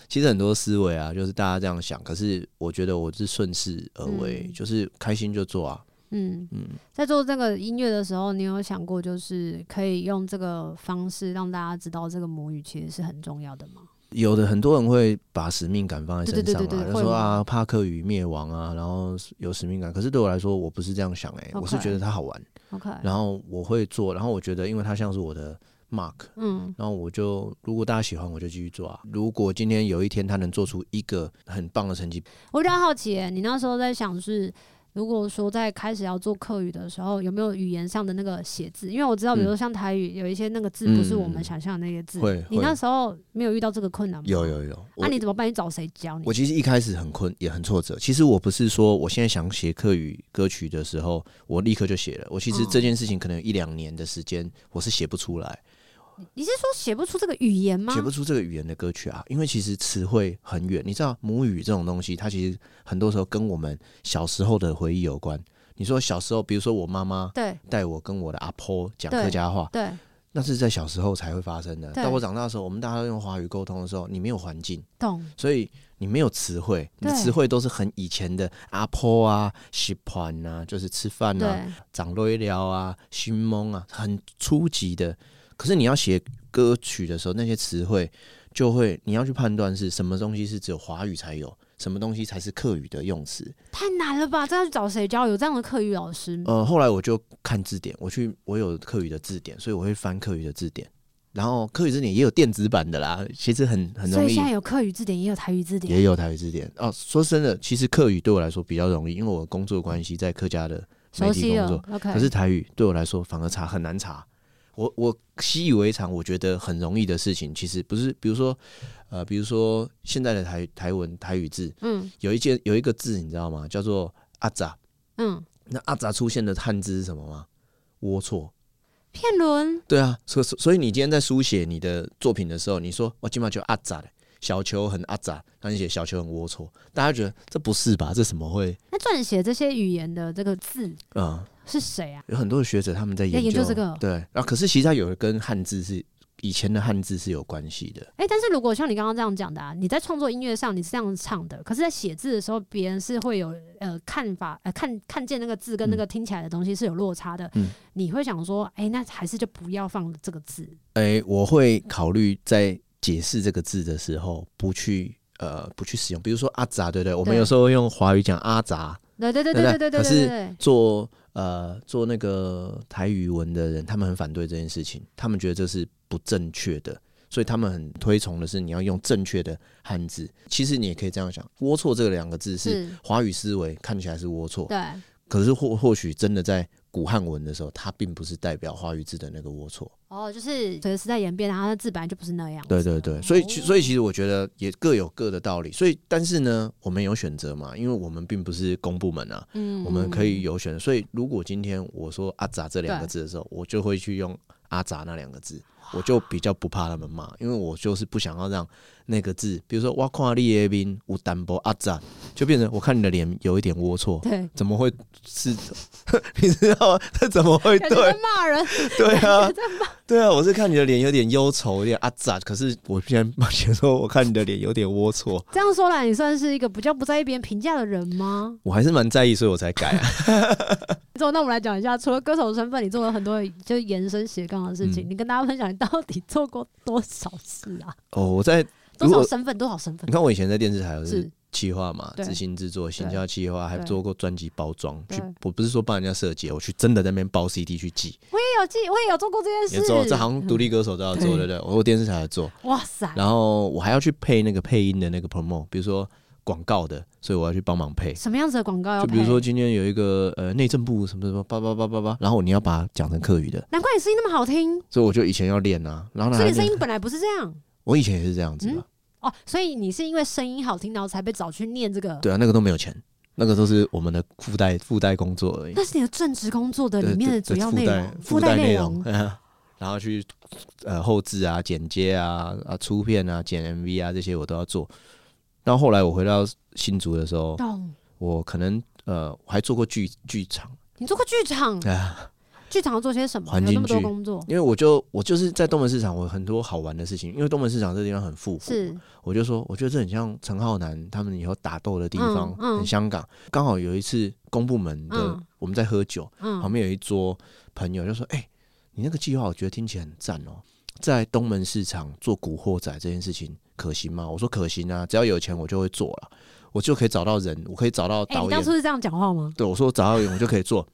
B: 其实很多思维啊，就是大家这样想。可是我觉得我是顺势而为，
A: 嗯
B: 就是开心就做啊。
A: 嗯
B: 嗯，
A: 在做这个音乐的时候，你有想过就是可以用这个方式让大家知道这个母语其实是很重要的吗？
B: 有的很多人会把使命感放在身上
A: 对对对
B: 啊，
A: 对对
B: 就
A: 会
B: 说
A: 吗
B: 啊怕客语灭亡啊，然后有使命感。可是对我来说，我不是这样想哎、
A: OK
B: 我是觉得它好玩，
A: OK，
B: 然后我会做，然后我觉得因为它像是我的 mark，
A: 嗯
B: 然后我就如果大家喜欢，我就继续做啊。如果今天有一天他能做出一个很棒的成绩，
A: 我比较好奇、欸，你那时候在想是，如果说在开始要做客语的时候，有没有语言上的那个写字？因为我知道，比如说像台语有一些那个字不是我们想象的那些字，
B: 嗯会
A: 你
B: 会
A: 那时候没有遇到这个困难吗？
B: 有，有有，
A: 那、
B: 我
A: 你怎么办？你找谁教你
B: 我？其实一开始很困，也很挫折。其实我不是说我现在想写客语歌曲的时候，我立刻就写了。我其实
A: 嗯
B: 这件事情可能有一两年的时间，我是写不出来，
A: 你是说写不出这个语言吗
B: 写？不出这个语言的歌曲啊。因为其实词汇很远，你知道母语这种东西，它其实很多时候跟我们小时候的回忆有关。你说小时候，比如说我妈妈
A: 对
B: 带我跟我的阿婆讲
A: 对
B: 客家话，
A: 对
B: 那是在小时候才会发生的。
A: 对
B: 到我长大的时候，我们大家都用华语沟通的时候，你没有环境，
A: 懂
B: 所以你没有词汇，你的
A: 对
B: 词汇都是很以前的阿婆啊、洗盘啊，就是吃饭
A: 对
B: 啊、长累聊啊、寻蒙啊，很初级的。可是你要写歌曲的时候，那些词汇就会你要去判断是什么东西是只有华语才有，什么东西才是客语的用词。
A: 太难了吧？这要去找谁教？有这样的课语老师吗？
B: 呃，后来我就看字典，我去我有客语的字典，所以我会翻客语的字典。然后客语字典也有电子版的啦，其实很很
A: 所
B: 容
A: 以
B: 易
A: 现在，有课语字典，也有台语字典。
B: 也有台语字典哦。说真的，其实客语对我来说比较容易，因为我工作关系在客家的媒
A: 熟
B: 体
A: 悉
B: 工作
A: 了。，OK。
B: 可是台语对我来说反而查很难查。我我习以为常，我觉得很容易的事情，其实不是。比如说，呃，比如说现在的台台文台语字，
A: 嗯
B: 有一件有一个字，你知道吗？叫做阿杂。
A: 嗯，
B: 那阿杂出现的汉字是什么吗？龌龊。
A: 片轮
B: 对啊，所所所以你今天在书写你的作品的时候，你说我今晚就阿杂的小球很阿杂，那你写小球很龌龊，大家觉得这不是吧？这怎么会
A: 那撰写这些语言的这个字
B: 啊？
A: 是谁啊？
B: 有很多的学者他们在研
A: 在研究这个
B: 对，然、后可是其实它有跟汉字是以前的汉字是有关系的，
A: 哎、但是如果像你刚刚这样讲的、啊，你在创作音乐上你是这样唱的，可是，在写字的时候，别人是会有呃看法，呃看看见那个字跟那个听起来的东西是有落差的，
B: 嗯
A: 你会想说，哎、那还是就不要放这个字，
B: 哎、我会考虑在解释这个字的时候不去。呃，不去使用，比如说阿杂，对不对？我们
A: 对
B: 有时候会用华语讲阿杂，
A: 对对对
B: 对
A: 对
B: 不
A: 对对
B: 对
A: 对
B: 可
A: 对
B: 是
A: 对，
B: 做呃做那个台语文的人，他们很反对这件事情，他们觉得这是不正确的，所以他们很推崇的是你要用正确的汉字。其实你也可以这样想，龌龊这两个字是
A: 是
B: 华语思维看起来是龌龊，
A: 对，
B: 可是或或许真的在古汉文的时候，它并不是代表华语字的那个龌龊。
A: 哦，就是随着时代演变，然后那字本来就不是那样，
B: 对对对，所以其所以其实我觉得也各有各的道理。所以但是呢，我们有选择嘛，因为我们并不是公部门啊，
A: 嗯
B: 我们可以有选择。所以如果今天我说阿杂这两个字的时候，我就会去用阿杂那两个字，我就比较不怕他们骂，因为我就是不想要让那个字，比如说我看你的面有淡薄阿杂，就变成我看你的脸有一点龌龊。
A: 对，
B: 怎么会是？ 你知道吗？他怎么会
A: 感觉在
B: 对？
A: 骂人，
B: 对啊
A: 在，
B: 对啊，我是看你的脸有点忧愁，有点阿杂，可是我竟然发现说，我看你的脸有点龌龊，
A: 这样说来，你算是一个比较不在意别人评价的人吗？
B: 我还是蛮在意，所以我才改 啊。
A: 之后，那我们来讲一下，除了歌手身份，你做了很多就是延伸斜杠的事情，
B: 嗯
A: 你跟大家分享你到底做过多少事啊？
B: 哦，我在
A: 多
B: 如
A: 少
B: 果
A: 身份？多少身份
B: 你？看我以前在电视台我是
A: 是
B: 企划嘛，
A: 对
B: 执行制作、行销企划，还
A: 对
B: 做过专辑包装。去
A: 对，
B: 我不是说帮人家设计，我去真的在那边包 CD 去寄。
A: 我也有记，我也有做过这件
B: 也
A: 事。
B: 做，这好像独立歌手都要做，
A: 对
B: 对不对？我电视台也做，
A: 哇塞，
B: 然后我还要去配那个配音的那个 promo，比如说广告的，所以我要去帮忙配。
A: 什么样子的广告要
B: 就
A: 配？
B: 比如说今天有一个呃内政部什么什么叭叭叭叭叭，然后你要把它讲成客语的，
A: 难怪你声音那么好听，
B: 所以我就以前要练啊，然后呢
A: 所以
B: 还
A: 你声
B: 练，
A: 音本来不是这样
B: 我以前也是这样子啊，
A: 哦，所以你是因为声音好听，然后才被找去念这个。
B: 对啊，那个都没有钱，那个都是我们的附带附带工作而已，
A: 那是你的正职工作的
B: 对
A: 里面的
B: 对
A: 主要内
B: 对附带
A: 容，
B: 附带
A: 带
B: 内嗯
A: 容。
B: 然后去呃后置啊、剪接啊、啊出片啊、剪 MV 啊这些我都要做。然后后来我回到新竹的时候，
A: 懂？
B: 我可能呃我还做过剧剧场
A: 你做过剧场，
B: 啊。
A: 剧场要做些什么？
B: 环
A: 有那
B: 境
A: 么多
B: 剧
A: 工作，
B: 因为我就我就是在东门市场，我有很多好玩的事情。因为东门市场这地方很复古，
A: 是
B: 我就说，我觉得这很像陈浩南他们以后打斗的地方，
A: 嗯嗯
B: 很香港。刚好有一次公部门的，
A: 嗯
B: 我们在喝酒，旁
A: 嗯，
B: 边有一桌朋友就说：“哎、你那个计划，我觉得听起来很赞哦，在东门市场做古惑仔这件事情可行吗？”我说：“可行啊，只要有钱我就会做了，我就可以找到人，我可以找到
A: 哎，
B: 导
A: 你
B: 演。
A: 当初是这样讲话吗？
B: 对，我说找到人我就可以做。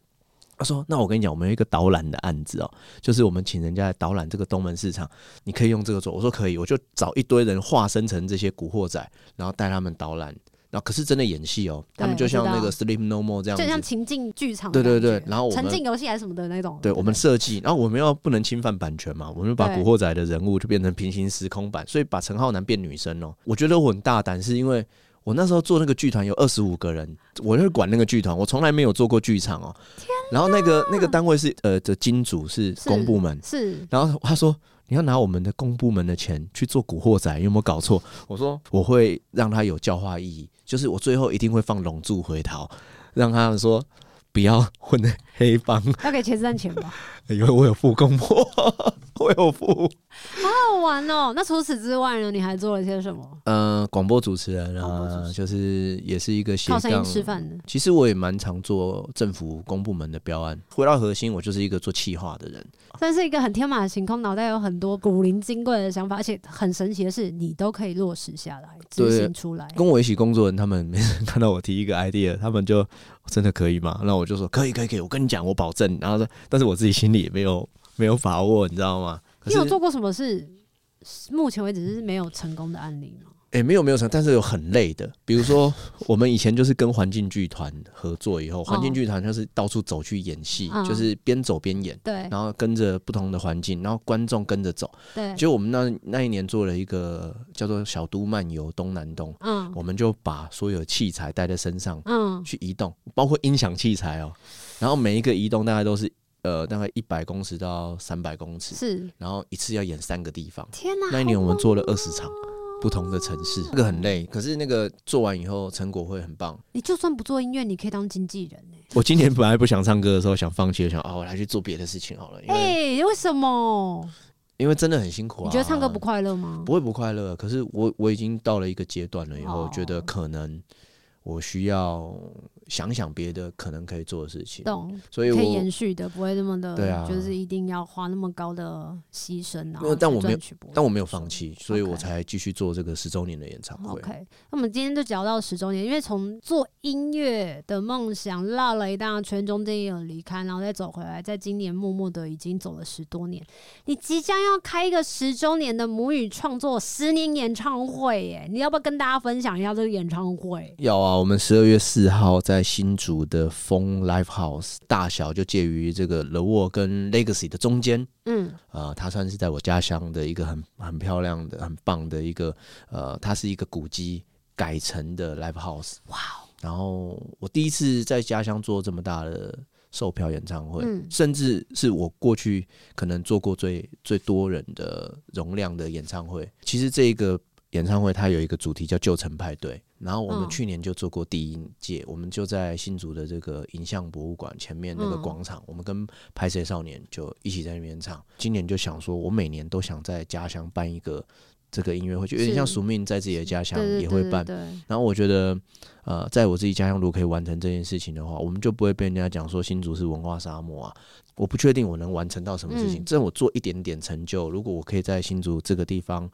B: 他说：“那我跟你讲，我们有一个导览的案子哦，就是我们请人家来导览这个东门市场，你可以用这个做。”我说：“可以。”我就找一堆人化身成这些古惑仔，然后带他们导览。然后可是真的演戏哦，他们
A: 对
B: 就
A: 我知
B: 像那
A: 道
B: 个 Sleep No More 这样
A: 就像
B: 子。
A: 情境剧场
B: 对
A: 的感
B: 对
A: 觉，
B: 对然后我们
A: 沉浸游戏还是什么的那种，
B: 对我们设计，然后我们要不能侵犯版权嘛，我们就把
A: 对
B: 古惑仔的人物就变成平行时空版，所以把陈浩南变女生哦。我觉得我很大胆，是因为我那时候做那个剧团有二十五个人，我就是管那个剧团，我从来没有做过剧场哦。然后那个那个单位是呃的金主是
A: 是
B: 公部门，
A: 是
B: 然后他说你要拿我们的公部门的钱去做古惑仔，有没有搞错？我说我会让他有教化意义，就是我最后一定会放龙柱回逃，让他们说不要混黑帮。
A: 要给茄子蛋钱吧？
B: 因为我有付公婆，我有付。
A: 好好玩哦。那除此之外呢，你还做了些什么？
B: 呃，广播主持人
A: 广播主持
B: 啊，
A: 人
B: 就是也是一个斜
A: 靠声音
B: 杠。啊
A: 吃饭的，
B: 其实我也蛮常做政府公部门的标案。回到核心，我就是一个做企划的人。
A: 算是一个很天马行空，脑袋有很多古灵精怪的想法，而且很神奇的是，你都可以落实下来，执
B: 对
A: 行出来。
B: 跟我一起工作的人，他们每次看到我提一个 idea，他们就哦真的可以吗？那我就说可以，可以，可以，我跟你讲，我保证。然后说，但是我自己心里也没有没有把握，你知道吗？可
A: 你
B: 是
A: 有做过什么事？目前为止是没有成功的案例吗？
B: 诶、没有没有成，但是有很累的。比 如说，我们以前就是跟环境剧团合作，以后环境剧团就是到处走去演戏，
A: 哦嗯
B: 就是边走边演，
A: 对
B: 然后跟着不同的环境，然后观众跟着走。
A: 对，
B: 结果我们那那一年做了一个叫做“小都漫游东南东”，
A: 嗯
B: 我们就把所有器材带在身上
A: 嗯，
B: 去移动，包括音响器材哦。然后每一个移动大概都是呃大概一百公尺到三百公尺，
A: 是
B: 然后一次要演三个地方。
A: 天哪！
B: 那一年
A: 好
B: 我们
A: 棒
B: 做了
A: 哦
B: 20场不同的城市，这个很累，可是那个做完以后成果会很棒。
A: 你就算不做音乐，你可以当经纪人欸呢、
B: 我今年本来不想唱歌的时候想放弃，想哦，我来去做别的事情好了，因
A: 哎、
B: 为、
A: 为什么？
B: 因为真的很辛苦啊。
A: 你觉得唱歌不快乐吗？
B: 不会不快乐？可是我我已经到了一个阶段了，以后、
A: 哦
B: 觉得可能我需要想想别的可能可以做的事情，
A: 懂，
B: 所以
A: 可以
B: 我
A: 延续的，不会那么的，
B: 对啊
A: 就是一定要花那么高的牺牲啊
B: 没。有但我没有
A: 去赚取不
B: 但
A: 到
B: 我没有放弃，所以
A: OK
B: 我才继续做这个十周年的演唱会。
A: OK，那我们今天就聊到十周年，因为从做音乐的梦想绕了一大圈，中间也有离开，然后再走回来，在今年默默的已经走了十多年。你即将要开一个十周年的母语创作十年演唱会耶，你要不要跟大家分享一下这个演唱会？
B: 要啊，我们十二月四号在新竹的风 Live House，大小就介于这个 The w 跟 Legacy 的中间。
A: 嗯，
B: 呃，它算是在我家乡的一个很很漂亮的、很棒的一个呃，它是一个古迹改成的 Live House。哇！
A: 哦
B: 然后我第一次在家乡做这么大的售票演唱会，
A: 嗯
B: 甚至是我过去可能做过最最多人的容量的演唱会。其实这个演唱会它有一个主题叫旧城派对，然后我
A: 嗯
B: 们去年就做过第一届，我们就在新竹的这个银像博物馆前面那个
A: 嗯
B: 广场，我们跟拍谁少年就一起在那边唱。今年就想说，我每年都想在家乡办一个这个音乐会，就有点像
A: 是
B: 署命在自己的家乡
A: 对对
B: 也会
A: 对
B: 办。
A: 对，
B: 然后我觉得，呃，在我自己家乡如果可以完成这件事情的话，我们就不会被人家讲说新竹是文化沙漠啊。我不确定我能完成到什么事情，
A: 嗯
B: 这我做一点点成就，如果我可以在新竹这个地方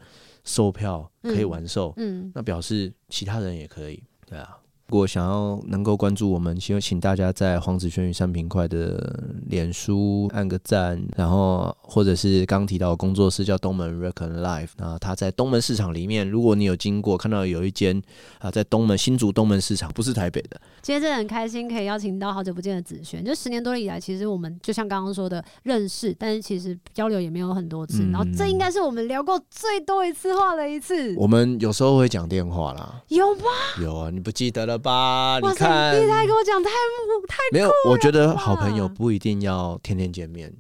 B: 售票可以完售，
A: 嗯，
B: 那表示其他人也可以，对啊。如果想要能够关注我们，希望请大家在黄子轩与三平快的脸书按个赞，然后或者是刚提到的工作室叫东门 Recon Life，那它在东门市场里面，如果你有经过，看到有一间啊，在东门新竹东门市场，不是台北的，
A: 今天真的很开心，可以邀请到好久不见的子璇。就十年多以来，其实我们就像刚刚说的认识，但是其实交流也没有很多次。
B: 嗯
A: 然后这应该是我们聊过最多一次话的一次，
B: 我们有时候会讲电话啦，
A: 有吗？
B: 有啊，你不记得了
A: 哇
B: 吧？啊你
A: 塞，
B: 看
A: 你，第一次还跟我讲太木太，
B: 没有，我觉得好
A: 吧
B: 朋友不一定要天天见面，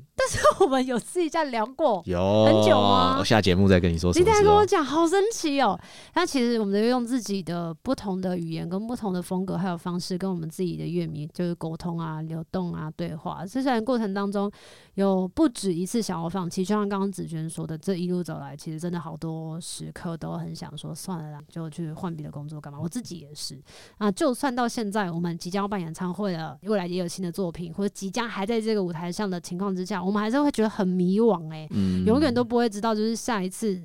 A: 我们有私底下聊过。
B: 有
A: 很久吗
B: 我下节目再跟你说什
A: 你
B: 么哦
A: 再
B: 时
A: 跟
B: 候
A: 我。讲，好神奇哦！那其实我们就用自己的不同的语言、跟不同的风格还有方式，跟我们自己的乐迷就是沟通啊、流动啊、对话。这虽然过程当中有不止一次想要放弃，就像刚刚子轩说的，这一路走来，其实真的好多时刻都很想说算了啦，就去换别的工作干嘛？我自己也是啊，就算到现在我们即将要办演唱会了，未来也有新的作品，或者即将还在这个舞台上的情况之下，我们还是会觉得很迷惘哎、
B: 嗯
A: 永远都不会知道，就是下一次。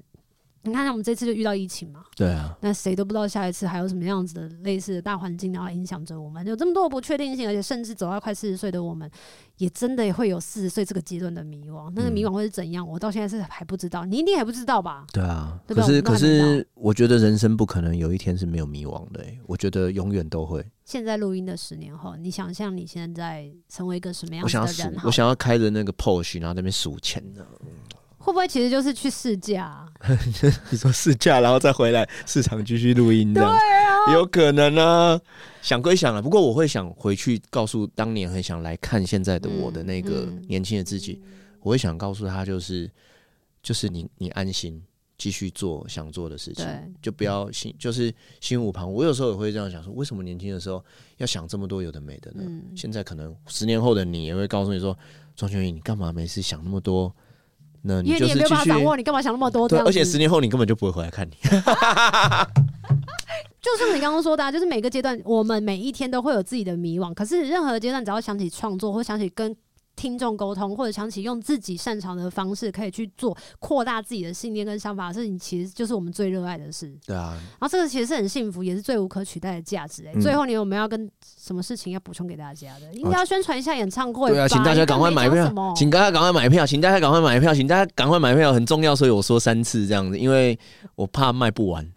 A: 你看，我们这次就遇到疫情嘛，
B: 对啊，
A: 那谁都不知道下一次还有什么样子的类似的大环境，然后影响着我们，有这么多的不确定性，而且甚至走到快四十岁的我们，也真的会有四十岁这个阶段的迷惘。
B: 嗯
A: 那个迷惘会是怎样？我到现在是还不知道，你一定还不知道吧？
B: 对啊。
A: 对
B: 可
A: 吧
B: 是
A: 我们都
B: 可
A: 还没
B: 是，我觉得人生不可能有一天是没有迷惘的欸、我觉得永远都会。
A: 现在录音的十年后，你想象你现在成为一个什么样
B: 我
A: 子
B: 想要
A: 的
B: 数
A: 人，好
B: 我？想要开着那个 Porsche，然后在那边数钱呢。
A: 会不会其实就是去试驾啊、
B: 你说试驾，然后再回来市场继续录音，这样有可能啊。想归想了，不过我会想回去告诉当年很想来看现在的我的那个
A: 嗯嗯
B: 年轻的自己，我会想告诉他，就是就是你你安心继续做想做的事情，
A: 对，
B: 就不要心就是心无旁骛。我有时候也会这样想说，为什么年轻的时候要想这么多有的没的呢？
A: 嗯，
B: 现在可能十年后的你也会告诉你说，庄学宇，你干嘛没事想那么多那
A: 因
B: 你
A: 为你
B: 就
A: 也
B: 是
A: 没有
B: 继
A: 办法掌握，
B: 续。
A: 你干嘛想那么多哦这
B: 对，啊
A: 样
B: 而且
A: 子
B: 十年后你根本就不会回来看你。
A: 就像你刚刚说的、啊，就是每个阶段，我们每一天都会有自己的迷惘。可是任何阶段，只要想起创作，或想起跟听众沟通，或者想起用自己擅长的方式可以去做，扩大自己的信念跟想法的事情，其实就是我们最热爱的事。
B: 对啊，
A: 然后这个其实是很幸福，也是最无可取代的价值、欸。
B: 嗯啊
A: 最后，你有没有要跟什么事情要补充给大家的？应该要宣传一下演唱会吧。
B: 对啊，请大家赶快买
A: 应该没讲什
B: 票
A: 么，
B: 请大家赶快买票，请大家赶快买票，请大家赶快买票，很重要，所以我说三次这样子，因为我怕卖不完。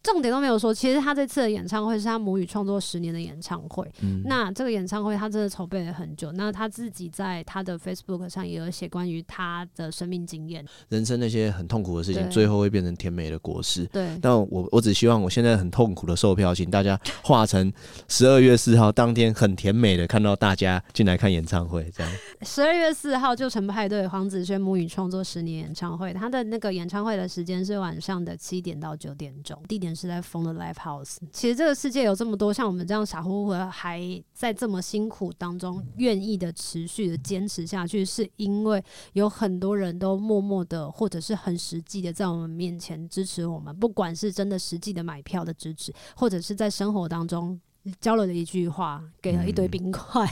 A: 重点都没有说。其实他这次的演唱会是他母语创作十年的演唱会。
B: 嗯，
A: 那这个演唱会他真的筹备了很久，那他自己在他的 Facebook 上也有写关于他的生命经验，
B: 人生那些很痛苦的事情，
A: 对
B: 最后会变成甜美的果实。
A: 对，
B: 但我我只希望我现在很痛苦的售票，请大家化成十二月四号当天很甜美的看到大家进来看演唱会，这样。
A: 十二月四号旧城派对黄子轩母语创作十年演唱会，他的那个演唱会的时间是晚上的七点到九点钟，地点是在风的 Live House。其实这个世界有这么多像我们这样傻乎乎的，还在这么辛苦当中愿意的持续的坚持下去，是因为有很多人都默默的或者是很实际的在我们面前支持我们，不管是真的实际的买票的支持，或者是在生活当中。交流的一句话，给了一堆冰 块，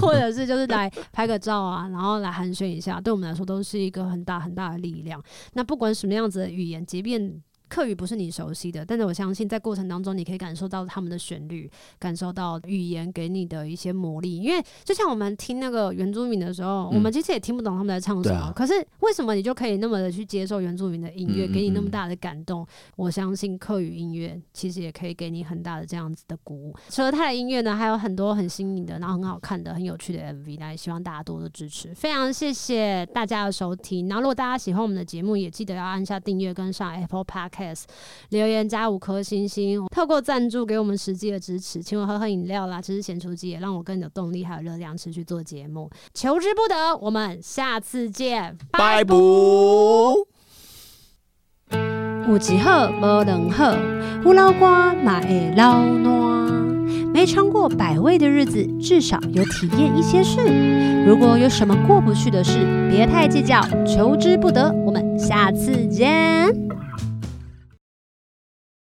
A: 或者是就是来拍个照啊，然后来寒暄一下，对我们来说都是一个很大很大的力量。那不管什么样子的语言，即便客语不是你熟悉的，但是我相信在过程当中，你可以感受到他们的旋律，感受到语言给你的一些魔力。因为就像我们听那个原住民的时候，
B: 嗯
A: 我们其实也听不懂他们在唱什
B: 对
A: 么，
B: 啊
A: 可是为什么你就可以那么的去接受原住民的音乐，
B: 嗯嗯
A: 给你那么
B: 嗯
A: 大的感动？我相信客语音乐其实也可以给你很大的这样子的鼓舞。除了他的音乐呢，还有很多很新颖的，然后很好看的、很有趣的 MV，那也希望大家多多支持。非常谢谢大家的收听。然后，如果大家喜欢我们的节目，也记得要按下订阅跟上 Apple Podcast 留言加五颗星星。哦透过赞助给我们实际的支持，请我喝喝饮料啦，吃吃咸酥鸡，也让我更有动力还有热量持续做节目。求之不得，我们下次见，拜
B: 拜拜。
A: 有一好无两好，胡老瓜嘛会老烂。没尝过百味的日子，至少有体验一些事。如果有什么过不去的事，别太计较，求之不得。我们下次见。